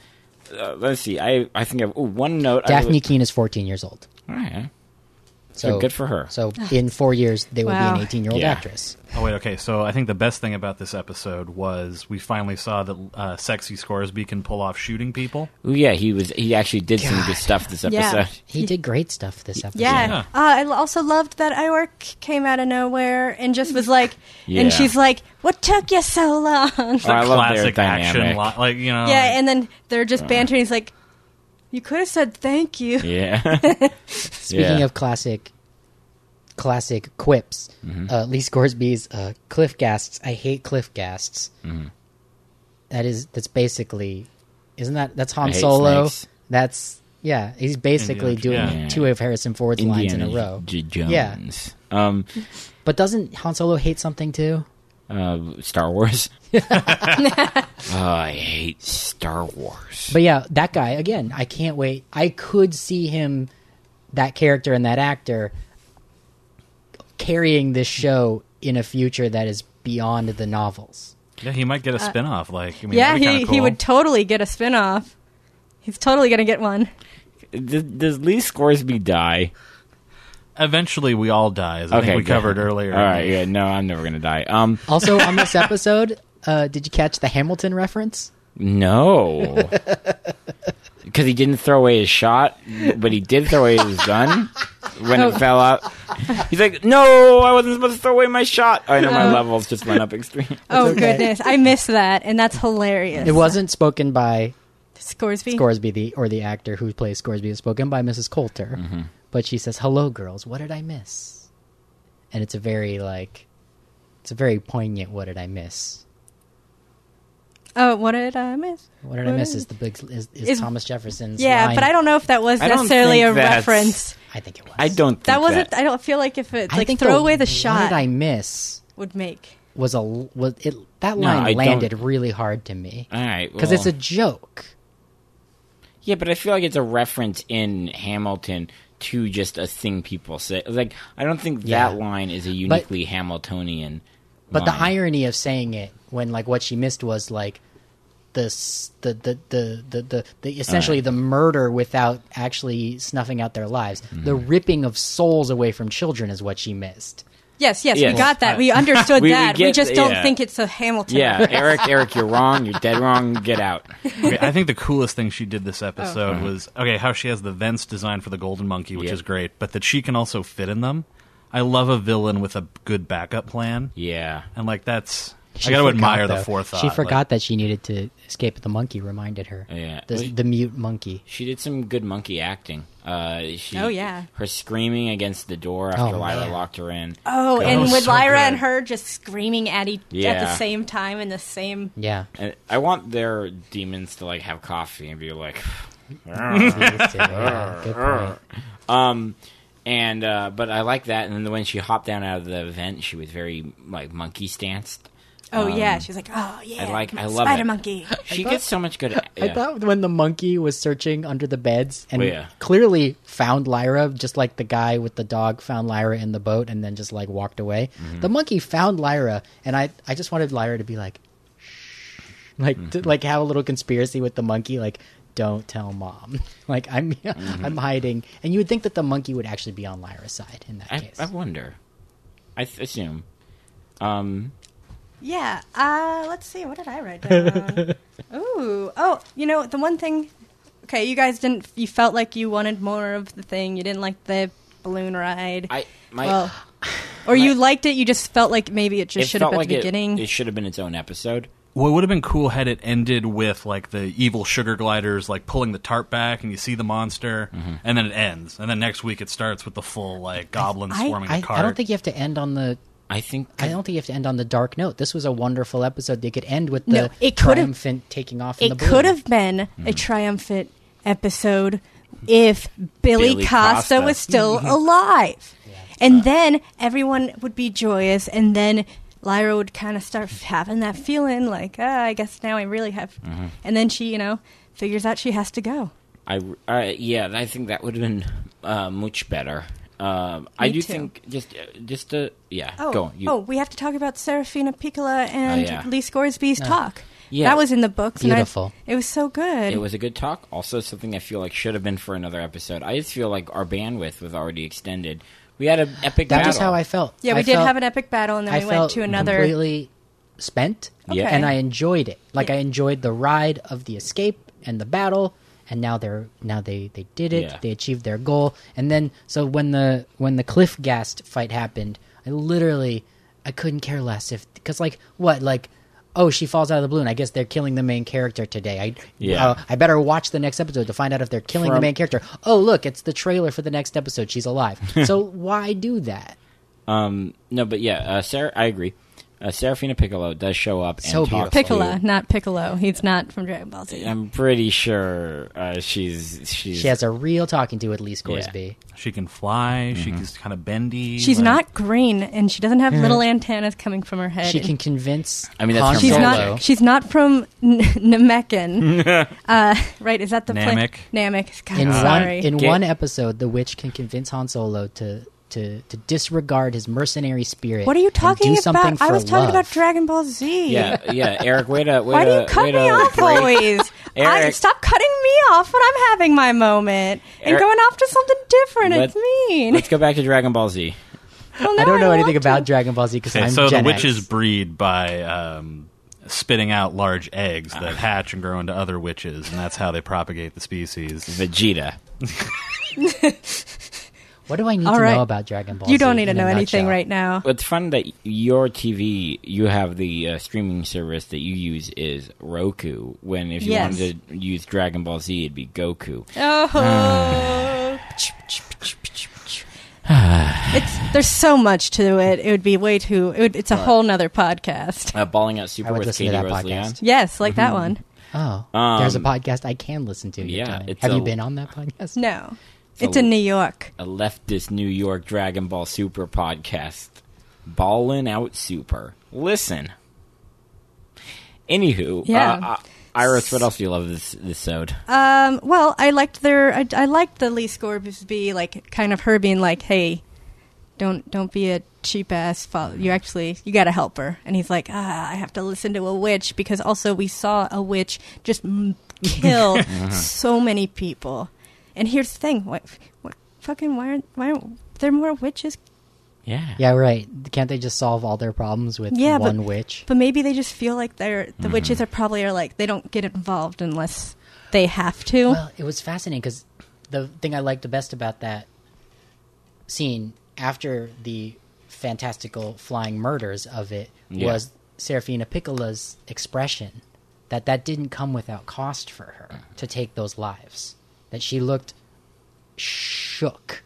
Speaker 3: uh, let's see. I I think I have ooh, one note. I
Speaker 1: Daphne
Speaker 3: really-
Speaker 1: Keene is 14 years old.
Speaker 3: All right.
Speaker 1: So
Speaker 3: good for her.
Speaker 1: So in four years, they will be
Speaker 2: Wow.
Speaker 1: an 18 year old
Speaker 3: Yeah.
Speaker 1: actress.
Speaker 4: Oh wait, okay. So I think the best thing about this episode was we finally saw that uh, sexy Scoresby can pull off shooting people.
Speaker 3: Ooh, yeah, he was. He actually did some good stuff this episode.
Speaker 2: Yeah.
Speaker 1: He did great stuff this episode.
Speaker 2: yeah.
Speaker 4: Yeah.
Speaker 2: Uh, I l- also loved that Iork came out of nowhere and just was like, and
Speaker 3: Yeah.
Speaker 2: she's like, "What took you so long?"
Speaker 3: Oh, I love their
Speaker 4: Classic action,
Speaker 3: dynamic.
Speaker 4: li- like you know.
Speaker 2: yeah, and then they're just bantering. He's like, "You could have said thank you."
Speaker 3: Uh-huh. Yeah.
Speaker 1: Speaking of classic, classic quips,
Speaker 3: Mm-hmm.
Speaker 1: uh, Lee Scoresby's uh, "Cliff Gasts." I hate Cliff Gasts.
Speaker 3: Mm-hmm.
Speaker 1: That is that's basically, isn't that that's Han
Speaker 3: I hate
Speaker 1: Solo?
Speaker 3: snakes.
Speaker 1: That's yeah. He's basically
Speaker 4: Indiana-
Speaker 1: doing
Speaker 4: yeah.
Speaker 1: two of Harrison Ford's lines in
Speaker 3: Indiana
Speaker 1: a row.
Speaker 3: J- Jones.
Speaker 1: Yeah.
Speaker 3: Um,
Speaker 1: But doesn't Han Solo hate something too?
Speaker 3: uh, Star Wars. oh, I hate Star Wars.
Speaker 1: But yeah, that guy again. I can't wait. I could see him, that character and that actor, carrying this show in a future that is beyond the novels.
Speaker 4: yeah, he might get a spin off. Like, I mean,
Speaker 2: Uh, yeah,
Speaker 4: that'd be
Speaker 2: he,
Speaker 4: kinda cool.
Speaker 2: he would totally get a spin off. He's totally gonna get one.
Speaker 3: Does, does Lee Scoresby die?
Speaker 4: Eventually, we all die. As I think we
Speaker 3: good.
Speaker 4: covered earlier.
Speaker 3: All right, yeah, no, I'm never gonna die. Um,
Speaker 1: Also, on this episode, uh, did you catch the Hamilton reference?
Speaker 3: no, because he didn't throw away his shot, but he did throw away his gun when it fell out. He's like, "No, I wasn't supposed to throw away my shot." Oh, I know my levels just went up extreme.
Speaker 2: Oh
Speaker 1: okay.
Speaker 2: goodness, I missed that, and that's hilarious.
Speaker 1: It wasn't spoken by
Speaker 2: Scoresby.
Speaker 1: Scoresby, the or the actor who plays Scoresby. It was spoken by Mrs. Coulter,
Speaker 2: Mm-hmm.
Speaker 1: but she says, "Hello, girls. What did I miss?" And it's a very like, it's a very poignant. What did I miss?
Speaker 2: oh, what did I miss?
Speaker 1: What did I
Speaker 2: What
Speaker 1: miss?
Speaker 2: did-
Speaker 1: Is the big is, is,
Speaker 2: Is-
Speaker 1: Thomas Jefferson's?
Speaker 2: Yeah,
Speaker 1: line-
Speaker 2: but I don't know if that was
Speaker 3: I don't
Speaker 2: necessarily
Speaker 3: think
Speaker 2: a
Speaker 3: that's-
Speaker 2: reference.
Speaker 1: I think it was.
Speaker 3: I don't. Think
Speaker 2: That wasn't.
Speaker 3: That.
Speaker 2: I don't feel like if it's
Speaker 1: I
Speaker 2: like
Speaker 1: think
Speaker 2: throw away the
Speaker 1: What
Speaker 2: shot
Speaker 1: did I miss?
Speaker 2: would make.
Speaker 1: Was a was it that
Speaker 3: No, I
Speaker 1: line
Speaker 3: don't-
Speaker 1: landed really hard to me
Speaker 3: All right,
Speaker 1: because it's
Speaker 3: well-
Speaker 1: a joke.
Speaker 3: Yeah, but I feel like it's a reference in Hamilton to just a thing people say. Like, I don't think
Speaker 1: Yeah.
Speaker 3: that line is a uniquely Hamiltonian.
Speaker 1: But the
Speaker 3: line.
Speaker 1: irony of saying it when like what she missed was like the s- the the the the, the, the essentially the murder without actually snuffing out their lives. The ripping of souls away from children is what she missed.
Speaker 2: Yes, yes,
Speaker 3: Yes.
Speaker 2: we got that. We understood
Speaker 3: We- we
Speaker 2: that. We,
Speaker 3: get-
Speaker 2: just don't
Speaker 3: yeah.
Speaker 2: think it's a Hamilton.
Speaker 3: Yeah, Eric, Eric, you're wrong. You're dead wrong. Get out.
Speaker 4: Okay, I think the coolest thing she did
Speaker 2: Oh.
Speaker 4: this episode was okay how she has the vents designed for the golden monkey, which
Speaker 3: Uh-huh. Yeah.
Speaker 4: is great, but that she can also fit in them. I love a villain with a good backup plan,
Speaker 3: Yeah.
Speaker 4: and like that's
Speaker 1: She
Speaker 4: I gotta
Speaker 1: forgot,
Speaker 4: admire
Speaker 1: though.
Speaker 4: the forethought.
Speaker 1: She
Speaker 4: like-
Speaker 1: forgot that she needed to escape. The monkey reminded her.
Speaker 3: Yeah.
Speaker 1: the,
Speaker 3: Wait.
Speaker 1: the mute monkey.
Speaker 3: She did some good monkey acting. Uh, she,
Speaker 2: Oh, yeah.
Speaker 3: Her screaming against the door after
Speaker 1: Oh,
Speaker 3: Lyra
Speaker 1: man.
Speaker 3: locked her in.
Speaker 2: Oh,
Speaker 3: That
Speaker 2: and
Speaker 4: was
Speaker 2: with
Speaker 4: so
Speaker 2: Lyra
Speaker 4: good.
Speaker 2: and her just screaming at each at
Speaker 3: Yeah.
Speaker 2: the same time in the same.
Speaker 1: Yeah.
Speaker 3: And I want their demons to like have coffee and be like,
Speaker 1: Yeah, good Oh, point.
Speaker 3: um, and uh, but I like that. And then when she hopped down out of the vent, she was very like monkey stanced.
Speaker 2: Oh
Speaker 3: Um,
Speaker 2: yeah, she's like, oh yeah,
Speaker 3: I like-
Speaker 2: come
Speaker 3: I
Speaker 2: on,
Speaker 3: love
Speaker 2: spider
Speaker 3: it.
Speaker 2: monkey.
Speaker 3: She gets so much good.
Speaker 1: I
Speaker 3: yeah.
Speaker 1: thought when the monkey was searching under the beds and
Speaker 3: Oh, yeah.
Speaker 1: clearly found Lyra, just like the guy with the dog found Lyra in the boat and then just like walked away.
Speaker 3: Mm-hmm.
Speaker 1: The monkey found Lyra, and I, I just wanted Lyra to be like, "Shh." like, to,
Speaker 3: Mm-hmm.
Speaker 1: like have a little conspiracy with the monkey, like don't tell mom. Like I'm,
Speaker 3: Mm-hmm.
Speaker 1: I'm hiding, and you would think that the monkey would actually be on Lyra's side in that
Speaker 3: I,
Speaker 1: case.
Speaker 3: I wonder. I th- assume. Um,
Speaker 2: Yeah. Uh, let's see. What did I write down? Ooh. Oh, you know the one thing. Okay, you guys didn't. You felt like you wanted more of the thing. You didn't like the balloon ride.
Speaker 3: I my
Speaker 2: well, or you liked it. You just felt like maybe it
Speaker 3: it
Speaker 2: just should have
Speaker 3: felt
Speaker 2: been
Speaker 3: like
Speaker 2: the
Speaker 3: it-
Speaker 2: beginning.
Speaker 3: It, should have been its own episode.
Speaker 4: What would have been cool had it ended with like the evil sugar gliders like pulling the tarp back and you see the monster
Speaker 3: Mm-hmm.
Speaker 4: and then it ends and then next week it starts with the full like goblin
Speaker 1: I,
Speaker 4: swarming
Speaker 1: I,
Speaker 4: the cart.
Speaker 1: I don't think you have to end on the.
Speaker 3: I think.
Speaker 1: I don't think you have to end on the dark note. This was a wonderful episode. They could end with the
Speaker 2: No, it could've-
Speaker 1: triumphant taking off. In the
Speaker 2: it
Speaker 1: balloon.
Speaker 2: could have been
Speaker 3: Hmm.
Speaker 2: a triumphant episode if Billy,
Speaker 3: Billy
Speaker 2: Costa,
Speaker 3: Costa. Hmm.
Speaker 2: was still alive. And then everyone would be joyous, and then Lyra would kind of start having that feeling like, ah, I guess now I really have.
Speaker 3: Hmm.
Speaker 2: And then she, you know, figures out she has to go.
Speaker 3: I uh, yeah. I think that would have been uh, much better. Um, I
Speaker 2: Me
Speaker 3: do
Speaker 2: too.
Speaker 3: think just uh, just uh, yeah.
Speaker 2: Oh,
Speaker 3: go on. You, Oh,
Speaker 2: oh, we have to talk about Serafina Piccola and
Speaker 3: yeah.
Speaker 2: Lee Scoresby's talk.
Speaker 3: Yeah.
Speaker 2: That was in the books. and I-
Speaker 1: Beautiful.
Speaker 2: it was so good.
Speaker 3: It was a good talk. Also, something I feel like should have been for another episode. I just feel like our bandwidth was already extended. We had an epic.
Speaker 1: That
Speaker 3: battle.
Speaker 1: was how I felt.
Speaker 2: yeah, we
Speaker 1: I
Speaker 2: did
Speaker 1: felt-
Speaker 2: have an epic battle, and then
Speaker 1: I
Speaker 2: we
Speaker 1: felt
Speaker 2: went to another.
Speaker 1: completely spent.
Speaker 3: Yeah.
Speaker 1: and I enjoyed it. Like
Speaker 2: Yeah.
Speaker 1: I enjoyed the ride of the escape and the battle, and now they're now they they did it.
Speaker 3: Yeah.
Speaker 1: They achieved their goal, and then so when the when the cliff gast fight happened, I literally I couldn't care less if because like what like. Oh, she falls out of the balloon. I guess they're killing the main character today. I
Speaker 3: Yeah.
Speaker 1: uh, I better watch the next episode to find out if they're killing the
Speaker 3: From-
Speaker 1: main character. Oh, look, it's the trailer for the next episode. She's alive. so why do that?
Speaker 3: Um, no, but yeah, uh, Sarah, I agree. Uh, Serafina Piccolo does show up and
Speaker 1: So
Speaker 3: talks
Speaker 1: beautiful.
Speaker 2: Piccola,
Speaker 3: to-
Speaker 2: not Piccolo. He's not from Dragon Ball Z.
Speaker 3: I'm pretty sure uh, she's she's
Speaker 1: She has a real talking to at least Gorsby.
Speaker 4: She can fly. She's kind of bendy.
Speaker 2: She's
Speaker 4: like-
Speaker 2: not green, and she doesn't have little antennas coming from her head.
Speaker 1: Mm. She
Speaker 2: and
Speaker 1: can convince.
Speaker 3: I mean, that's
Speaker 1: Han
Speaker 3: her
Speaker 2: She's
Speaker 1: Solo.
Speaker 2: not. She's not from N- Namekan. uh, right? Is that the pla-
Speaker 4: Namek.
Speaker 2: Namek. God,
Speaker 1: in
Speaker 2: I'm
Speaker 1: one
Speaker 2: sorry.
Speaker 1: in
Speaker 3: Get-
Speaker 1: one episode, the witch can convince Han Solo to to to disregard his mercenary spirit.
Speaker 2: what are you
Speaker 1: and
Speaker 2: talking
Speaker 1: do something
Speaker 2: about? I
Speaker 1: for
Speaker 2: was talking
Speaker 1: love.
Speaker 2: about Dragon Ball Z.
Speaker 3: yeah yeah. Eric, wait a wait
Speaker 2: Why do
Speaker 3: a,
Speaker 2: you cut
Speaker 3: wait
Speaker 2: me
Speaker 3: a
Speaker 2: off
Speaker 3: break.
Speaker 2: always? I,
Speaker 3: Eric.
Speaker 2: stop cutting me off when I'm having my moment and
Speaker 3: Eric-
Speaker 2: going off to something different.
Speaker 3: Let-
Speaker 2: it's mean.
Speaker 3: Let's go back to Dragon Ball Z.
Speaker 2: Well, now
Speaker 1: I don't know
Speaker 2: want
Speaker 1: anything
Speaker 2: to.
Speaker 1: about Dragon Ball Z because
Speaker 4: Okay,
Speaker 1: I'm
Speaker 4: so
Speaker 1: Gen
Speaker 4: the witches
Speaker 1: X.
Speaker 4: breed by um, spitting out large eggs that hatch and grow into other witches, and that's how they propagate the species.
Speaker 3: Vegeta.
Speaker 1: What do I need
Speaker 2: All
Speaker 1: to
Speaker 2: right.
Speaker 1: know about Dragon Ball?
Speaker 2: You
Speaker 1: Z
Speaker 2: don't need to
Speaker 1: in a
Speaker 2: know anything
Speaker 1: nutshell?
Speaker 2: right now.
Speaker 3: It's fun that your TV, you have the uh, streaming service that you use is Roku. When if you
Speaker 2: Yes.
Speaker 3: wanted to use Dragon Ball Z, it'd be Goku.
Speaker 2: Oh.
Speaker 1: uh,
Speaker 2: it's there's so much to it. It would be way too. It would, it's a whole nother podcast.
Speaker 3: Uh, balling out
Speaker 1: I
Speaker 3: super
Speaker 1: would
Speaker 3: with
Speaker 1: listen
Speaker 3: Katie
Speaker 1: to that
Speaker 3: Rose
Speaker 1: podcast.
Speaker 3: Leon.
Speaker 2: Yes, like that one.
Speaker 1: Oh,
Speaker 3: Um,
Speaker 1: there's a podcast I can listen to.
Speaker 3: yeah,
Speaker 1: Yeah,
Speaker 3: it's
Speaker 1: have
Speaker 3: a-
Speaker 1: you been on that podcast?
Speaker 2: No,
Speaker 3: So-
Speaker 2: it's in New York.
Speaker 3: A leftist New York Dragon Ball Super podcast. Ballin' out super. Listen. Anywho,
Speaker 2: Yeah.
Speaker 3: uh, I- Iris, what else do you love this this episode?
Speaker 2: Um, well, I liked their. I, I liked the Lee Scoresby like kind of her being like, "Hey, don't don't be a cheap ass. Follow. You actually you got to help her." And he's like, "Ah, I have to listen to a witch because also we saw a witch just m- kill so many people." And here's the thing: what, what fucking why aren't why aren't there more witches?
Speaker 3: Yeah.
Speaker 1: Yeah, right. Can't they just solve all their problems with
Speaker 2: Yeah, but-
Speaker 1: one witch?
Speaker 2: But maybe they just feel like they're the witches are probably are like they don't get involved unless they have to.
Speaker 1: Well, it was fascinating because the thing I liked the best about that scene after the fantastical flying murders of it
Speaker 3: Yeah.
Speaker 1: was Serafina Piccola's expression that that didn't come without cost for her to take those lives. That she looked shook.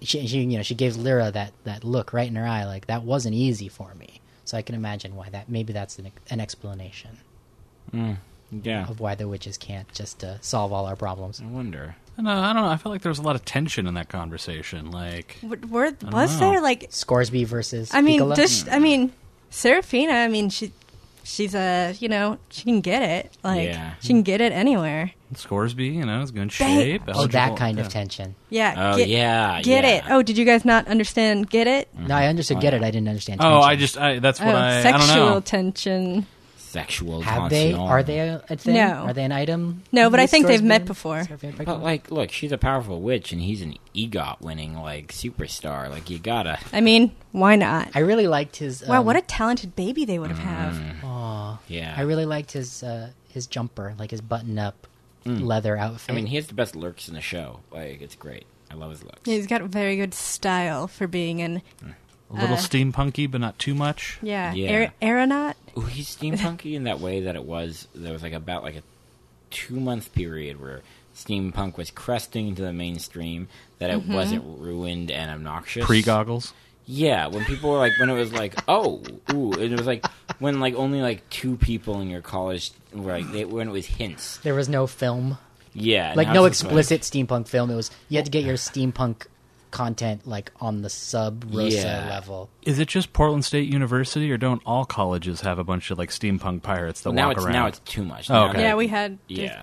Speaker 1: She, she, you know, she gave Lyra that, that look right in her eye, like that wasn't easy for me. So I can imagine why that. Maybe that's an, an explanation
Speaker 3: Yeah.
Speaker 1: of why the witches can't just uh, solve all our problems.
Speaker 3: I wonder.
Speaker 4: No, uh, I don't know. I felt like there was a lot of tension in that conversation. Like,
Speaker 2: W- were, was
Speaker 4: know.
Speaker 2: there like
Speaker 1: Scoresby versus.
Speaker 2: I mean,
Speaker 1: Piccola?
Speaker 2: does I mean, Serafina. I mean, she, she's a you know she can get it. Like
Speaker 3: Yeah.
Speaker 2: she can get it anywhere.
Speaker 4: Scoresby, you know, is good shape.
Speaker 3: Hmm.
Speaker 1: oh, that
Speaker 4: eligible-
Speaker 1: kind of
Speaker 4: yeah.
Speaker 1: tension.
Speaker 2: Yeah.
Speaker 3: Oh,
Speaker 2: get,
Speaker 3: yeah.
Speaker 2: Get
Speaker 3: yeah.
Speaker 2: it. Oh, did you guys not understand? Get it?
Speaker 3: Hmm.
Speaker 1: No, I understood. get it? I didn't understand.
Speaker 4: Oh, I
Speaker 1: tension.
Speaker 4: just I, that's
Speaker 2: Oh,
Speaker 4: what I I don't
Speaker 2: sexual
Speaker 4: know.
Speaker 2: tension.
Speaker 3: Sexual
Speaker 1: have they?
Speaker 3: tension.
Speaker 1: Are they a a thing?
Speaker 2: No.
Speaker 1: Are they an item?
Speaker 2: No, but I
Speaker 1: Miss
Speaker 2: think they've met
Speaker 1: Scoresby?
Speaker 2: before.
Speaker 1: Scoresby and
Speaker 3: But
Speaker 1: Piccola?
Speaker 3: like, look, she's a powerful witch, and he's an EGOT winning like superstar. Like, you gotta.
Speaker 2: I mean, why not?
Speaker 1: I really liked his. Um,
Speaker 2: wow, what a talented baby they would have have.
Speaker 1: aw.
Speaker 3: Yeah.
Speaker 1: I really liked his uh, his jumper, like his button up leather outfit.
Speaker 3: Hmm. I mean, he has the best lurks in the show. Like, it's great. I love his looks.
Speaker 2: Yeah, He's got very good style for being an
Speaker 4: A little
Speaker 2: Uh,
Speaker 4: steampunky, but not too much.
Speaker 2: yeah,
Speaker 3: Yeah.
Speaker 2: aer- aeronaut.
Speaker 3: Ooh, he's steampunky in that way that it was. There was like about like a two month period where steampunk was cresting into the mainstream. That
Speaker 1: Mm-hmm.
Speaker 3: it wasn't ruined and obnoxious.
Speaker 4: Pre goggles.
Speaker 3: Yeah, when people were like, when it was like, oh, ooh, and it was like when like only like two people in your college were like, they, when it was hints.
Speaker 1: there was no film,
Speaker 3: Yeah, and
Speaker 1: like
Speaker 3: I
Speaker 1: no
Speaker 3: was just
Speaker 1: explicit steampunk film. It was you had to get your steampunk content like on the sub rosa
Speaker 3: Yeah.
Speaker 1: level.
Speaker 4: Is it just Portland State University, or don't all colleges have a bunch of like steampunk pirates that
Speaker 3: Well, now
Speaker 4: walk
Speaker 3: it's
Speaker 4: around?
Speaker 3: now it's too much.
Speaker 4: Oh,
Speaker 3: Now
Speaker 4: okay.
Speaker 3: that-
Speaker 2: Yeah, we had
Speaker 3: Yeah.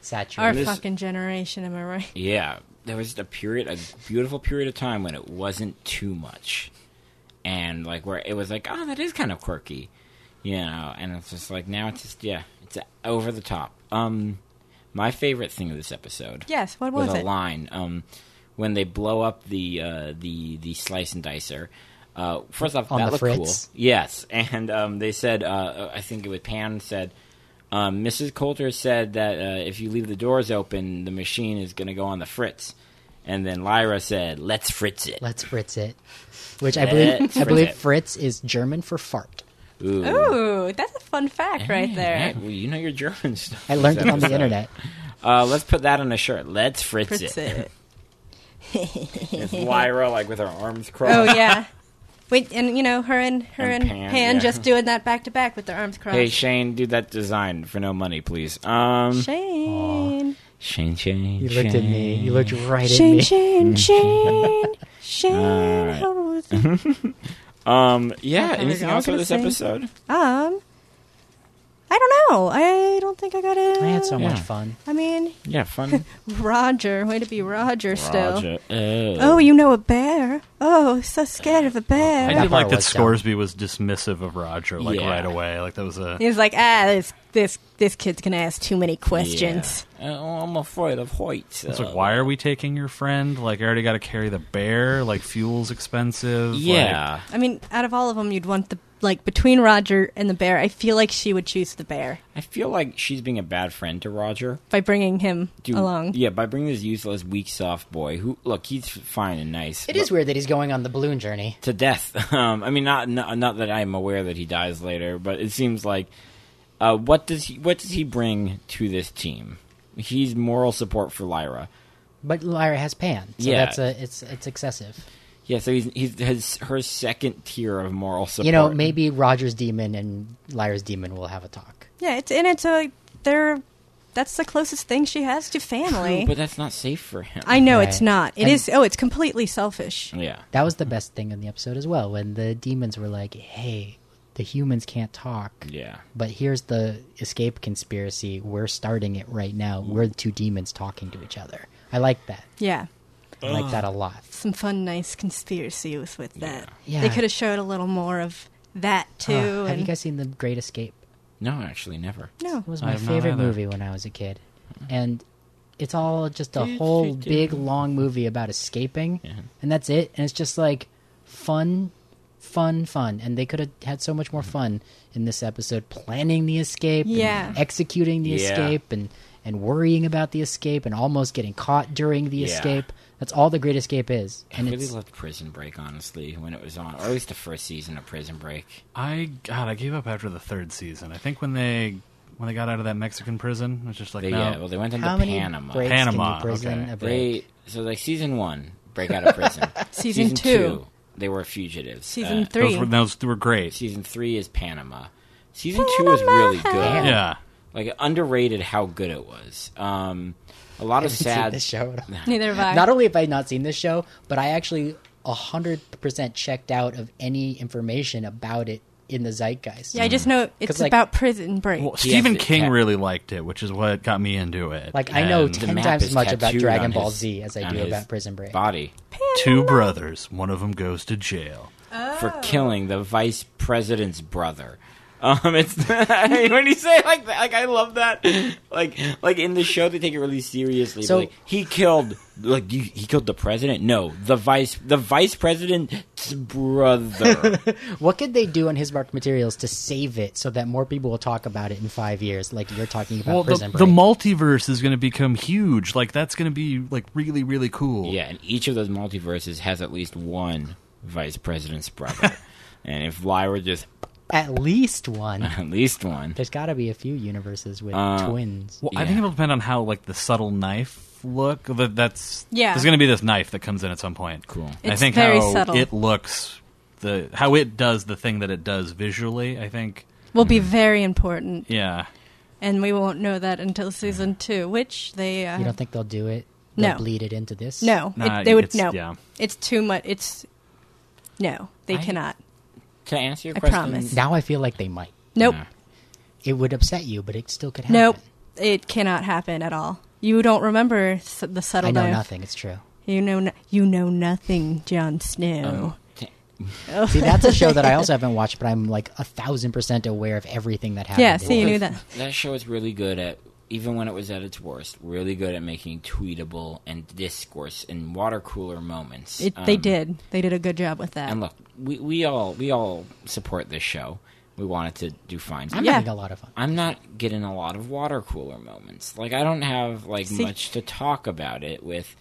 Speaker 1: Saturated.
Speaker 2: our
Speaker 3: This-
Speaker 2: fucking generation. Am I right?
Speaker 3: yeah. there was a period, a beautiful period of time when it wasn't too much, and like where it was like, oh, that is kind of quirky, you know. And it's just like now it's just yeah, it's over the top. Um, my favorite thing of this episode,
Speaker 2: Yes, what
Speaker 3: was
Speaker 2: was
Speaker 3: a
Speaker 2: it?
Speaker 3: line um, when they blow up the uh, the the slice and dicer. Uh, first off,
Speaker 1: On
Speaker 3: that
Speaker 1: the
Speaker 3: looked cool.
Speaker 1: Fritz?
Speaker 3: Yes, and um, they said, uh, I think it was Pan said, um, Mrs. Coulter said that uh, if you leave the doors open, the machine is going to go on the Fritz. And then Lyra said, "Let's Fritz it."
Speaker 1: Let's Fritz it. Which I
Speaker 3: Let's
Speaker 1: believe I
Speaker 3: Fritz
Speaker 1: believe
Speaker 3: it.
Speaker 1: Fritz is German for fart.
Speaker 3: Ooh,
Speaker 2: Ooh, that's a fun fact right
Speaker 3: Yeah,
Speaker 2: there.
Speaker 3: well, you know your German stuff.
Speaker 1: I learned it on the
Speaker 3: Episode.
Speaker 1: internet.
Speaker 3: Uh, let's put that on a shirt. Let's Fritz,
Speaker 2: Fritz
Speaker 3: it.
Speaker 2: it.
Speaker 3: It's Lyra, like with her arms crossed.
Speaker 2: Oh yeah. Wait, and you know her and her
Speaker 3: And
Speaker 2: and,
Speaker 3: Pan,
Speaker 2: Pan,
Speaker 3: yeah.
Speaker 2: just doing that back to back with their arms crossed.
Speaker 3: Hey Shane, do that design for no money, please. Um,
Speaker 2: Shane.
Speaker 3: Shane, Shane,
Speaker 1: You looked at me. You looked right at
Speaker 2: Shane,
Speaker 1: me.
Speaker 2: Shane, Shane, Shane.
Speaker 3: Alright.
Speaker 2: Hose.
Speaker 3: Um, yeah.
Speaker 2: Okay,
Speaker 3: anything
Speaker 2: I was
Speaker 3: else for
Speaker 2: gonna
Speaker 3: this
Speaker 2: say-
Speaker 3: episode?
Speaker 2: Um, I don't know. I don't think I got it.
Speaker 1: I had so much
Speaker 3: Yeah.
Speaker 1: fun.
Speaker 2: I mean,
Speaker 3: Yeah, fun.
Speaker 2: Roger, way to be Roger, still.
Speaker 3: Roger. Oh.
Speaker 2: Oh, you know a bear. Oh, so scared of a
Speaker 4: I
Speaker 2: bear.
Speaker 1: That
Speaker 4: did like
Speaker 1: part
Speaker 4: that
Speaker 1: was dumb.
Speaker 4: Scoresby was dismissive of Roger, like
Speaker 3: Yeah.
Speaker 4: right away. Like that was a
Speaker 2: He's like, ah, this this this kid's gonna ask too many questions.
Speaker 3: Yeah. Oh, I'm afraid of heights.
Speaker 4: It's
Speaker 3: Uh,
Speaker 4: like, why are we taking your friend? Like, I already got to carry the bear. Like, fuel's expensive. like-
Speaker 3: Yeah.
Speaker 2: I mean, out of all of them, you'd want the like between Roger and the bear. I feel like she would choose the bear
Speaker 3: I feel like she's being a bad friend to Roger.
Speaker 2: by bringing him
Speaker 3: Dude,
Speaker 2: along.
Speaker 3: Yeah, by bringing this useless, weak, soft boy who, look, he's fine and nice.
Speaker 1: It is weird that he's going on the balloon journey.
Speaker 3: to death. Um, I mean, not, not not that I'm aware that he dies later, but it seems like uh, what does he what does he bring to this team? He's moral support for Lyra.
Speaker 1: But Lyra has Pan, so
Speaker 3: Yeah.
Speaker 1: that's a it's it's excessive.
Speaker 3: Yeah, so he's, he's his, her second tier of moral support.
Speaker 1: You know, maybe Roger's demon and Lyra's demon will have a talk.
Speaker 2: Yeah, it's and it's a they're that's the closest thing she has to family.
Speaker 3: but that's not safe for him.
Speaker 2: I know
Speaker 1: Right.
Speaker 2: it's not. It
Speaker 1: And-
Speaker 2: is. Oh, it's completely selfish.
Speaker 3: yeah,
Speaker 1: That was the best thing in the episode as well, when the demons were like, "Hey, the humans can't talk,
Speaker 3: yeah.
Speaker 1: but here's the escape conspiracy. We're starting it right now. We're the two demons talking to each other." I like that.
Speaker 2: Yeah,
Speaker 1: I like that a lot.
Speaker 2: some fun, nice conspiracies with that.
Speaker 1: Yeah.
Speaker 2: They could have showed a little more of that too.
Speaker 1: Oh, have
Speaker 2: and
Speaker 1: you guys seen The Great Escape?
Speaker 3: No, actually, never.
Speaker 2: no,
Speaker 1: It was
Speaker 4: I
Speaker 1: my
Speaker 4: have not
Speaker 1: favorite
Speaker 4: either.
Speaker 1: movie when I was a kid, and it's all just a whole big long movie about escaping, and that's it. And it's just like fun, fun, fun. And they could have had so much more fun in this episode, planning the escape, and
Speaker 2: Yeah.
Speaker 1: executing the
Speaker 3: Yeah.
Speaker 1: escape, and and worrying about the escape, and almost getting caught during the
Speaker 3: Yeah.
Speaker 1: escape. That's all The Great Escape is, and
Speaker 3: I really
Speaker 1: it's
Speaker 3: loved Prison Break, honestly, when it was on, or at least the first season of Prison Break.
Speaker 4: I God, I gave up after the third season. I think when they when they got out of that Mexican prison, it was just like
Speaker 3: They,
Speaker 4: no.
Speaker 3: Yeah, well, they went into
Speaker 1: how many
Speaker 3: Panama.
Speaker 1: breaks
Speaker 4: Panama,
Speaker 1: can you prison
Speaker 4: okay.
Speaker 1: a break?
Speaker 3: They so like season one, break out of prison.
Speaker 2: Season
Speaker 3: two,
Speaker 2: two.
Speaker 3: they were fugitives.
Speaker 2: season
Speaker 3: Uh,
Speaker 4: those
Speaker 2: three.
Speaker 4: were those were great.
Speaker 3: Season three is Panama. Season two is really good.
Speaker 4: Yeah,
Speaker 3: Like underrated how good it was. Um, a lot of
Speaker 1: Haven't seen
Speaker 3: sad.
Speaker 1: this show at all.
Speaker 2: Neither have I.
Speaker 1: Not only have I not seen this show, but I actually 100% checked out of any information about it in the zeitgeist.
Speaker 2: yeah, I just know
Speaker 1: 'Cause,
Speaker 2: it's
Speaker 1: like-
Speaker 2: about prison break.
Speaker 4: well,
Speaker 3: He
Speaker 4: Stephen
Speaker 3: has it
Speaker 4: King
Speaker 3: tat-
Speaker 4: really liked it, which is what got me into it.
Speaker 1: Like, I know
Speaker 2: Um,
Speaker 4: And
Speaker 1: t-
Speaker 3: Oh, The
Speaker 1: 10
Speaker 3: map
Speaker 1: times
Speaker 3: is
Speaker 1: as much about
Speaker 3: tattooed
Speaker 1: Dragon
Speaker 3: on
Speaker 1: Ball
Speaker 3: his-
Speaker 1: Z as I
Speaker 3: on
Speaker 1: do
Speaker 3: his
Speaker 1: about Prison Break.
Speaker 3: Body
Speaker 4: two brothers. One of them goes to jail.
Speaker 3: for
Speaker 2: Oh.
Speaker 3: killing the vice president's brother. Um, it's when you say it like that, like I love that. Like, like in the show, they take it really seriously.
Speaker 1: So-
Speaker 3: like, he killed, like you, he killed the president. No, the vice, the vice president's brother.
Speaker 1: What could they do in his marked materials to save it so that more people will talk about it in five years, like you're talking about
Speaker 4: Well, the,
Speaker 1: Prison
Speaker 4: the
Speaker 1: Break?
Speaker 4: multiverse is going to become huge. Like that's going to be like really really cool.
Speaker 3: yeah, and each of those multiverses has at least one vice president's brother. and if Lyra just
Speaker 1: At least one.
Speaker 3: at least one,
Speaker 1: There's got to be a few universes with twins.
Speaker 4: Well, I
Speaker 3: Yeah.
Speaker 4: think it'll depend on how like the subtle knife look. That that's
Speaker 2: Yeah.
Speaker 4: There's going to be this knife that comes in at some point.
Speaker 3: Cool.
Speaker 4: I
Speaker 2: It's
Speaker 4: think
Speaker 2: very
Speaker 4: how
Speaker 2: subtle.
Speaker 4: it looks, the how it does the thing that it does visually. I think.
Speaker 2: will be very important,
Speaker 4: Yeah.
Speaker 2: and we won't know that until season two, which they uh,
Speaker 1: you don't think they'll do it?
Speaker 2: No.
Speaker 1: They'll bleed it into this?
Speaker 2: no,
Speaker 4: Nah,
Speaker 2: it, they would
Speaker 4: it's-
Speaker 2: no.
Speaker 4: yeah.
Speaker 2: It's too much. It's no, they
Speaker 3: I-
Speaker 2: cannot.
Speaker 3: to answer your
Speaker 2: I
Speaker 3: question, Um,
Speaker 2: promise.
Speaker 1: Now I feel like they might.
Speaker 2: Nope,
Speaker 3: Yeah.
Speaker 1: It would upset you, but it still could happen.
Speaker 2: nope, it cannot happen at all. You don't remember s- the subtle
Speaker 1: I know
Speaker 2: dive.
Speaker 1: nothing. It's true.
Speaker 2: You know, no- you know nothing, Jon Snow.
Speaker 1: Oh.
Speaker 3: T-
Speaker 1: See,
Speaker 2: Oh.
Speaker 1: that's a show that I also haven't watched, but I'm like a thousand percent aware of everything that happened.
Speaker 2: yeah,
Speaker 1: in
Speaker 2: see, you
Speaker 1: it.
Speaker 2: knew that.
Speaker 3: That show is really good at, even when it was at its worst, really good at making tweetable and discourse and water cooler moments.
Speaker 2: It, they
Speaker 3: Um,
Speaker 2: did. They did a good job with that.
Speaker 3: And look, we, we all we all support this show. We want it to do fine.
Speaker 1: I'm
Speaker 2: Yeah.
Speaker 1: having a lot of fun.
Speaker 3: I'm not getting a lot of water cooler moments. Like I don't have like
Speaker 2: See-
Speaker 3: much to talk about it with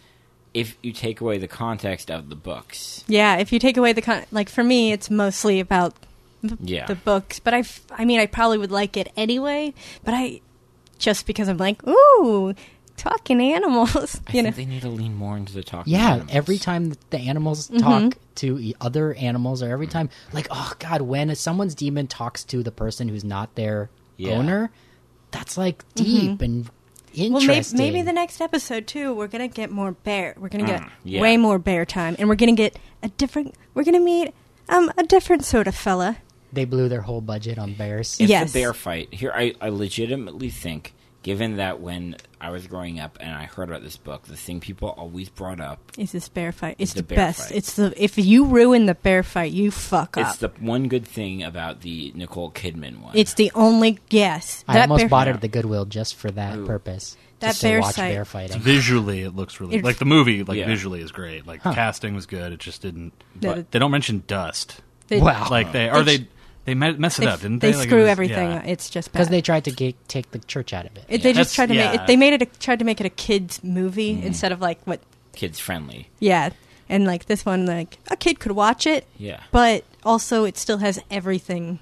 Speaker 3: if you take away the context of the books.
Speaker 2: yeah, if you take away the con- like, for me, it's mostly about the,
Speaker 3: Yeah.
Speaker 2: the books. But I, f- I mean, I probably would like it anyway. But I, just because I'm like, ooh, talking animals,
Speaker 3: I
Speaker 2: you know.
Speaker 3: think they need to lean more into the talking.
Speaker 1: Yeah,
Speaker 3: animals.
Speaker 1: every time that the animals
Speaker 2: Mm-hmm.
Speaker 1: talk to e- other animals, or every time, like, oh god, when someone's demon talks to the person who's not their
Speaker 3: Yeah.
Speaker 1: owner, that's like deep and
Speaker 2: Mm-hmm. Well, may-
Speaker 1: interesting.
Speaker 2: maybe the next episode too. We're gonna get more bear. We're gonna get
Speaker 3: yeah.
Speaker 2: way more bear time, and we're gonna get a different. We're gonna meet um a different sort of fella.
Speaker 1: they blew their whole budget on bears.
Speaker 3: It's
Speaker 2: Yes.
Speaker 3: a bear fight. Here, I, I legitimately think, given that when I was growing up and I heard about this book, the thing people always brought up,
Speaker 2: Is this bear fight? It's
Speaker 3: The
Speaker 2: the,
Speaker 3: bear
Speaker 2: best.
Speaker 3: fight.
Speaker 2: It's the if you ruin the bear fight, you fuck
Speaker 3: it's
Speaker 2: up.
Speaker 3: the one good thing about the Nicole Kidman one.
Speaker 2: it's the only yes.
Speaker 1: I almost
Speaker 2: bear,
Speaker 1: bought it at the Goodwill just for that purpose.
Speaker 2: That
Speaker 1: just
Speaker 2: bear
Speaker 1: to watch
Speaker 2: sight.
Speaker 1: bear fighting.
Speaker 4: Visually, it looks really
Speaker 2: It's-
Speaker 4: like the movie. Like
Speaker 3: Yeah.
Speaker 4: visually is great. Like casting was good. It just didn't.
Speaker 2: That it-
Speaker 4: They don't mention dust.
Speaker 2: they-
Speaker 1: Wow.
Speaker 4: Like they or
Speaker 2: They-
Speaker 4: they they me- mess it
Speaker 2: They,
Speaker 4: up, didn't
Speaker 2: they
Speaker 4: they? Like, it
Speaker 2: screw
Speaker 4: was-
Speaker 2: everything.
Speaker 4: yeah.
Speaker 2: up. It's just
Speaker 1: Because
Speaker 2: bad.
Speaker 1: they tried to ga- take the church out of it.
Speaker 2: It- they
Speaker 4: That's-
Speaker 2: just tried to make
Speaker 4: yeah. Mm.
Speaker 2: it. They made it. A, tried to make it a kids movie instead of like what.
Speaker 3: kids friendly.
Speaker 2: Yeah, and like this one, like a kid could watch it.
Speaker 3: Yeah.
Speaker 2: but also it still has everything.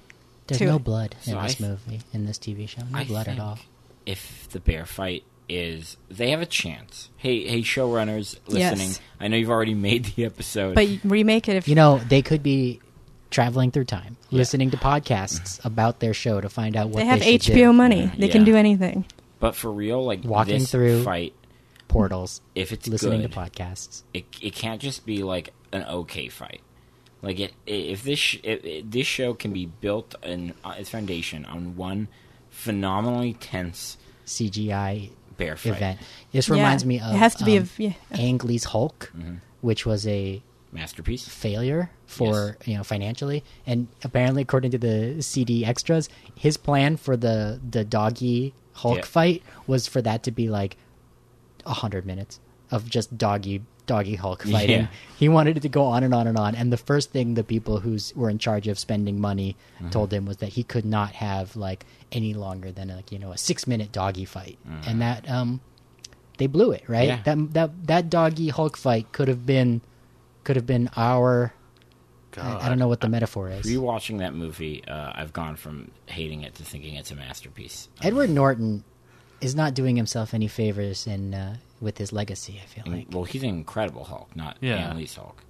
Speaker 1: There's
Speaker 2: to
Speaker 1: no
Speaker 2: it.
Speaker 1: blood in
Speaker 3: So I
Speaker 1: this
Speaker 3: th-
Speaker 1: movie, in this TV show. No
Speaker 3: I
Speaker 1: blood at
Speaker 3: think
Speaker 1: all.
Speaker 3: If the bear fight is, they have a chance. Hey, hey, showrunners listening,
Speaker 2: Yes.
Speaker 3: I know you've already made the episode,
Speaker 2: But you remake it if
Speaker 1: You know, they could be traveling through time, listening to podcasts about their show to find out what
Speaker 2: they have
Speaker 1: should
Speaker 2: HBO
Speaker 1: do.
Speaker 2: money. They can
Speaker 3: Yeah.
Speaker 2: do anything.
Speaker 3: but for real, like
Speaker 1: Walking
Speaker 3: this
Speaker 1: through-
Speaker 3: fight,
Speaker 1: portals.
Speaker 3: if it's
Speaker 1: listening
Speaker 3: good,
Speaker 1: to podcasts.
Speaker 3: it it can't just be like an okay fight. Like it, i if this sh- it, it, this show can be built and uh, its foundation on one phenomenally tense
Speaker 1: CGI
Speaker 3: bear fight
Speaker 1: event. This
Speaker 2: Yeah.
Speaker 1: reminds me of
Speaker 2: It has to be
Speaker 1: um,
Speaker 2: of- yeah.
Speaker 1: Ang Lee's Hulk,
Speaker 3: Mm-hmm.
Speaker 1: which was a
Speaker 3: masterpiece.
Speaker 1: failure for you know financially and apparently according to the cd extras his plan for the the doggy hulk
Speaker 3: Yeah.
Speaker 1: fight was for that to be like a 100 minutes of just doggy doggy hulk fighting
Speaker 3: Yeah.
Speaker 1: he wanted it to go on and on and on and the first thing the people who were in charge of spending money
Speaker 3: Mm-hmm.
Speaker 1: told him was that he could not have like any longer than like you know a six minute doggy fight and that um they blew it right
Speaker 3: Mm-hmm. Yeah.
Speaker 1: that that that doggy hulk fight could have been could have been our
Speaker 4: Oh,
Speaker 1: I, I don't know what the metaphor is
Speaker 3: Rewatching that movie, uh, I've gone from hating it to thinking it's a masterpiece.
Speaker 1: edward norton is not doing himself any favors in uh, with his legacy i
Speaker 3: Mm.
Speaker 1: feel like
Speaker 3: well, he's an incredible Hulk, not
Speaker 4: Yeah.
Speaker 3: Annalise Hulk.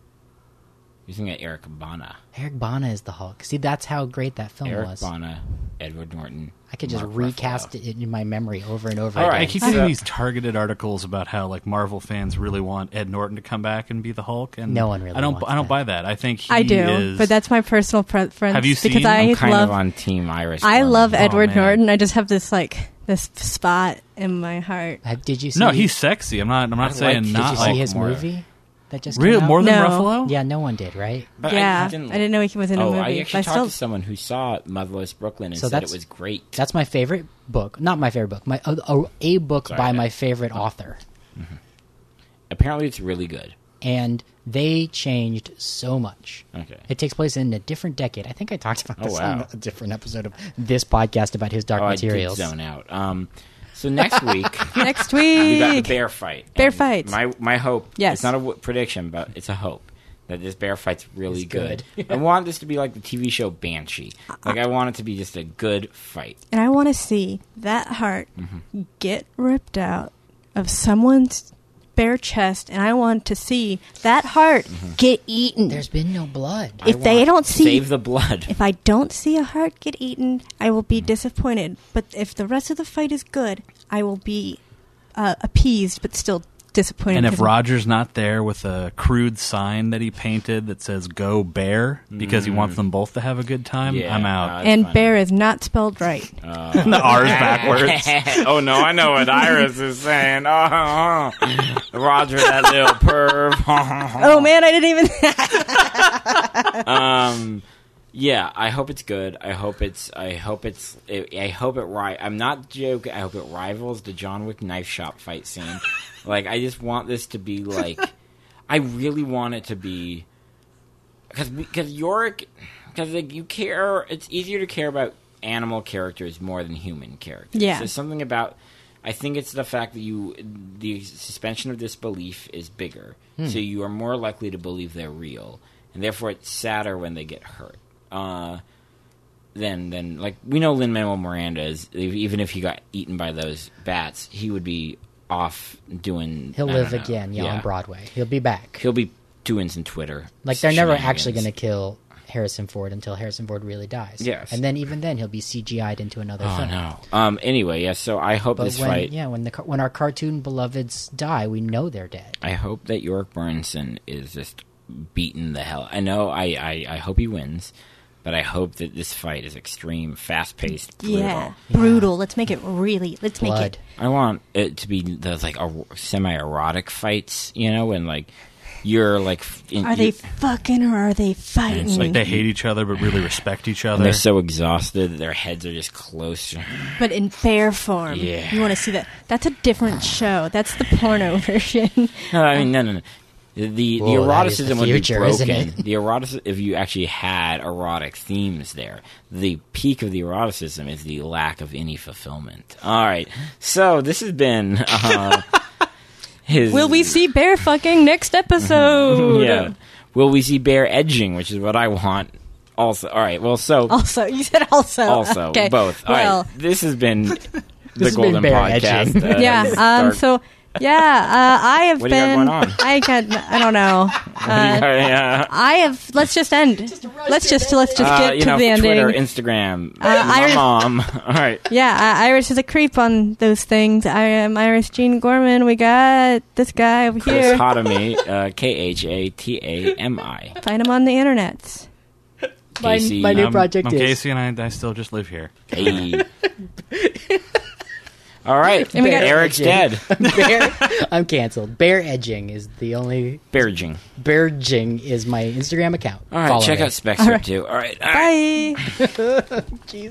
Speaker 3: You're thinking of Eric Bana.
Speaker 1: eric bana is the hulk see that's how great that film
Speaker 3: Eric
Speaker 1: was
Speaker 3: Bana, Edward Norton.
Speaker 1: i could just
Speaker 3: Mark
Speaker 1: recast
Speaker 3: Ruffalo.
Speaker 1: it in my memory over and over
Speaker 3: All
Speaker 1: again
Speaker 3: right,
Speaker 4: I keep
Speaker 3: So-
Speaker 4: getting these targeted articles about how like Marvel fans really want Ed Norton to come back and be the Hulk, and
Speaker 1: No one really
Speaker 4: I don't.
Speaker 1: wants
Speaker 4: I don't
Speaker 1: that.
Speaker 4: buy that. I think he
Speaker 2: I do,
Speaker 4: is-
Speaker 2: but that's my personal preference.
Speaker 4: Have you
Speaker 2: Because
Speaker 4: seen-
Speaker 2: I
Speaker 4: I'm
Speaker 3: I'm kind
Speaker 2: love,
Speaker 3: of on Team Iris.
Speaker 2: I
Speaker 3: Norton.
Speaker 2: love
Speaker 4: Oh,
Speaker 2: Edward
Speaker 4: man.
Speaker 2: Norton. I just have this like this spot in my heart.
Speaker 1: Have- did you see
Speaker 4: no. He's sexy. I'm not. I'm not
Speaker 3: I like-
Speaker 4: saying
Speaker 3: did
Speaker 1: did
Speaker 4: not
Speaker 1: you see
Speaker 4: like
Speaker 1: his
Speaker 3: more.
Speaker 1: movie that just
Speaker 4: real
Speaker 1: came out?
Speaker 4: more than
Speaker 2: No.
Speaker 4: Ruffalo.
Speaker 1: yeah no one did right
Speaker 3: But
Speaker 2: yeah, I didn't, know he was in a
Speaker 3: oh,
Speaker 2: movie.
Speaker 3: I actually
Speaker 2: but
Speaker 3: talked
Speaker 2: still,
Speaker 3: to someone who saw Motherless Brooklyn and
Speaker 1: So
Speaker 3: said it
Speaker 1: that's-
Speaker 3: was great.
Speaker 1: That's my favorite book. Not my favorite book. My a, a- a book
Speaker 3: Sorry,
Speaker 1: by
Speaker 3: Nick.
Speaker 1: my favorite author.
Speaker 3: Apparently, it's really good.
Speaker 1: And they changed so much.
Speaker 3: Okay.
Speaker 1: It takes place in a different decade. I think I talked about
Speaker 3: Oh,
Speaker 1: this
Speaker 3: wow.
Speaker 1: on a different episode of this podcast about his dark
Speaker 3: oh,
Speaker 1: materials.
Speaker 3: I did zone out. Um, so next week
Speaker 2: next
Speaker 3: we got the
Speaker 2: week.
Speaker 3: bear fight.
Speaker 2: Bear
Speaker 3: And
Speaker 2: fight.
Speaker 3: My my hope.
Speaker 2: Yes.
Speaker 3: It's not a w- prediction, but it's a hope that this bear fight's really
Speaker 1: It's good.
Speaker 3: I want this to be like the TV show Banshee. Like I want it to be just a good fight.
Speaker 2: and I want to see that heart
Speaker 4: Mm-hmm.
Speaker 2: get ripped out of someone's bare chest, and I want to see that heart
Speaker 4: Mm-hmm.
Speaker 2: get eaten.
Speaker 1: There's been no blood.
Speaker 2: if they
Speaker 3: want-
Speaker 2: don't see
Speaker 3: Save the blood.
Speaker 2: If I don't see a heart get eaten, I will
Speaker 4: Mm-hmm.
Speaker 2: be disappointed. But if the rest of the fight is good, I will be uh, appeased, but still disappointed.
Speaker 4: And if
Speaker 2: 'cause-
Speaker 4: Roger's not there with a crude sign that he painted that says "Go Bear" because he wants them both to have a good time,
Speaker 3: Mm. Yeah,
Speaker 4: I'm out.
Speaker 3: that's
Speaker 2: and
Speaker 3: funny.
Speaker 2: bear is not spelled right.
Speaker 4: Oh. the R's backwards.
Speaker 3: oh no, I know what Iris is saying. Oh, oh, oh. Roger, that little perv.
Speaker 2: oh man, I didn't even.
Speaker 3: um, yeah, I hope it's good. I hope it's. I hope it's. I, I hope it. Ri- I'm not joking. I hope it rivals the John Wick knife shop fight scene. like, I just want this to be like. I really want it to be because because Yorick because like you care. It's easier to care about animal characters more than human characters.
Speaker 2: Yeah.
Speaker 3: There's something about. I think it's the fact that you the suspension of disbelief is bigger,
Speaker 1: Hmm.
Speaker 3: so you are more likely to believe they're real, and therefore it's sadder when they get hurt. Uh, then then like we know Lin Manuel Miranda is even if he got eaten by those bats, he would be off doing.
Speaker 1: He'll
Speaker 3: I
Speaker 1: live
Speaker 3: don't know.
Speaker 1: again, yeah,
Speaker 3: Yeah.
Speaker 1: on Broadway. He'll be back.
Speaker 3: He'll be doing some Twitter.
Speaker 1: like they're never actually
Speaker 3: shenanigans.
Speaker 1: going to kill Harrison Ford until Harrison Ford really dies.
Speaker 3: Yes.
Speaker 1: and then even then he'll be CGI'd into another
Speaker 3: Oh
Speaker 1: film.
Speaker 3: no. Um. Anyway, yeah. So I hope
Speaker 1: But
Speaker 3: this
Speaker 1: when
Speaker 3: fight.
Speaker 1: yeah, when the car- when our cartoon beloveds die, we know they're dead.
Speaker 3: I hope that York Burnson is just beaten the hell. I know. I. I, I hope he wins, but I hope that this fight is extreme, fast paced, brutal.
Speaker 2: yeah, brutal. Let's make it really. Let's make
Speaker 1: Blood.
Speaker 2: it.
Speaker 3: I want it to be the like a semi erotic fights. You know, when like you're like f- in,
Speaker 2: Are they
Speaker 3: you-
Speaker 2: fucking or are they fighting?
Speaker 4: It's like they hate each other but really respect each
Speaker 3: and
Speaker 4: other.
Speaker 3: they're so exhausted that their heads are just close.
Speaker 2: but in bear form.
Speaker 3: Yeah. Uh-huh.
Speaker 2: You want to see that? That's a different show. That's the porno version.
Speaker 3: No, I mean, no, no, no. The, the, the
Speaker 1: Whoa, that
Speaker 3: eroticism
Speaker 1: is the future,
Speaker 3: would be
Speaker 1: isn't
Speaker 3: broken.
Speaker 1: it?
Speaker 3: The eroticism, if you actually had erotic themes there, the peak of the eroticism is the lack of any fulfillment. All right, so this has been uh, his.
Speaker 2: Will we see bear fucking next episode?
Speaker 3: Yeah. Will we see bear edging, which is what I want? Also, all right. Well, so
Speaker 1: Oh,
Speaker 2: Also, you said also.
Speaker 3: also
Speaker 2: okay.
Speaker 3: both. All right.
Speaker 2: well,
Speaker 3: this has been the
Speaker 1: has been
Speaker 3: Golden
Speaker 1: bear
Speaker 3: Podcast.
Speaker 1: edging.
Speaker 3: uh,
Speaker 2: yeah. Um.
Speaker 3: Dark-
Speaker 2: So. Yeah, uh, I have
Speaker 3: What do you got
Speaker 2: been.
Speaker 3: going on?
Speaker 2: I got. I don't know. Uh,
Speaker 3: yeah.
Speaker 2: I have. Let's just end. let's just. Let's just
Speaker 3: Uh,
Speaker 2: get
Speaker 3: you
Speaker 2: to Uh,
Speaker 3: know,
Speaker 2: the ending.
Speaker 3: Twitter, Instagram, my
Speaker 2: Iris-
Speaker 3: mom. All right.
Speaker 2: Yeah, I- Iris is a creep on those things. I am Iris Jean Gorman. We got this guy over
Speaker 3: Chris
Speaker 2: here.
Speaker 3: Hatami, uh, K H A T A M I.
Speaker 2: Find him on the internet.
Speaker 1: My-
Speaker 3: Casey.
Speaker 1: my new
Speaker 4: I'm,
Speaker 1: project
Speaker 4: I'm
Speaker 1: is-
Speaker 4: Casey, and I, I still just live here.
Speaker 3: Hey. All right.
Speaker 2: And we got-
Speaker 3: Eric's dead.
Speaker 1: Bear, I'm canceled. Bear edging is the only.
Speaker 3: Berging.
Speaker 1: Bear edging is my Instagram account.
Speaker 3: All right.
Speaker 1: Follow
Speaker 3: check
Speaker 1: it.
Speaker 3: out Spectre too. All right. All right.
Speaker 2: Bye.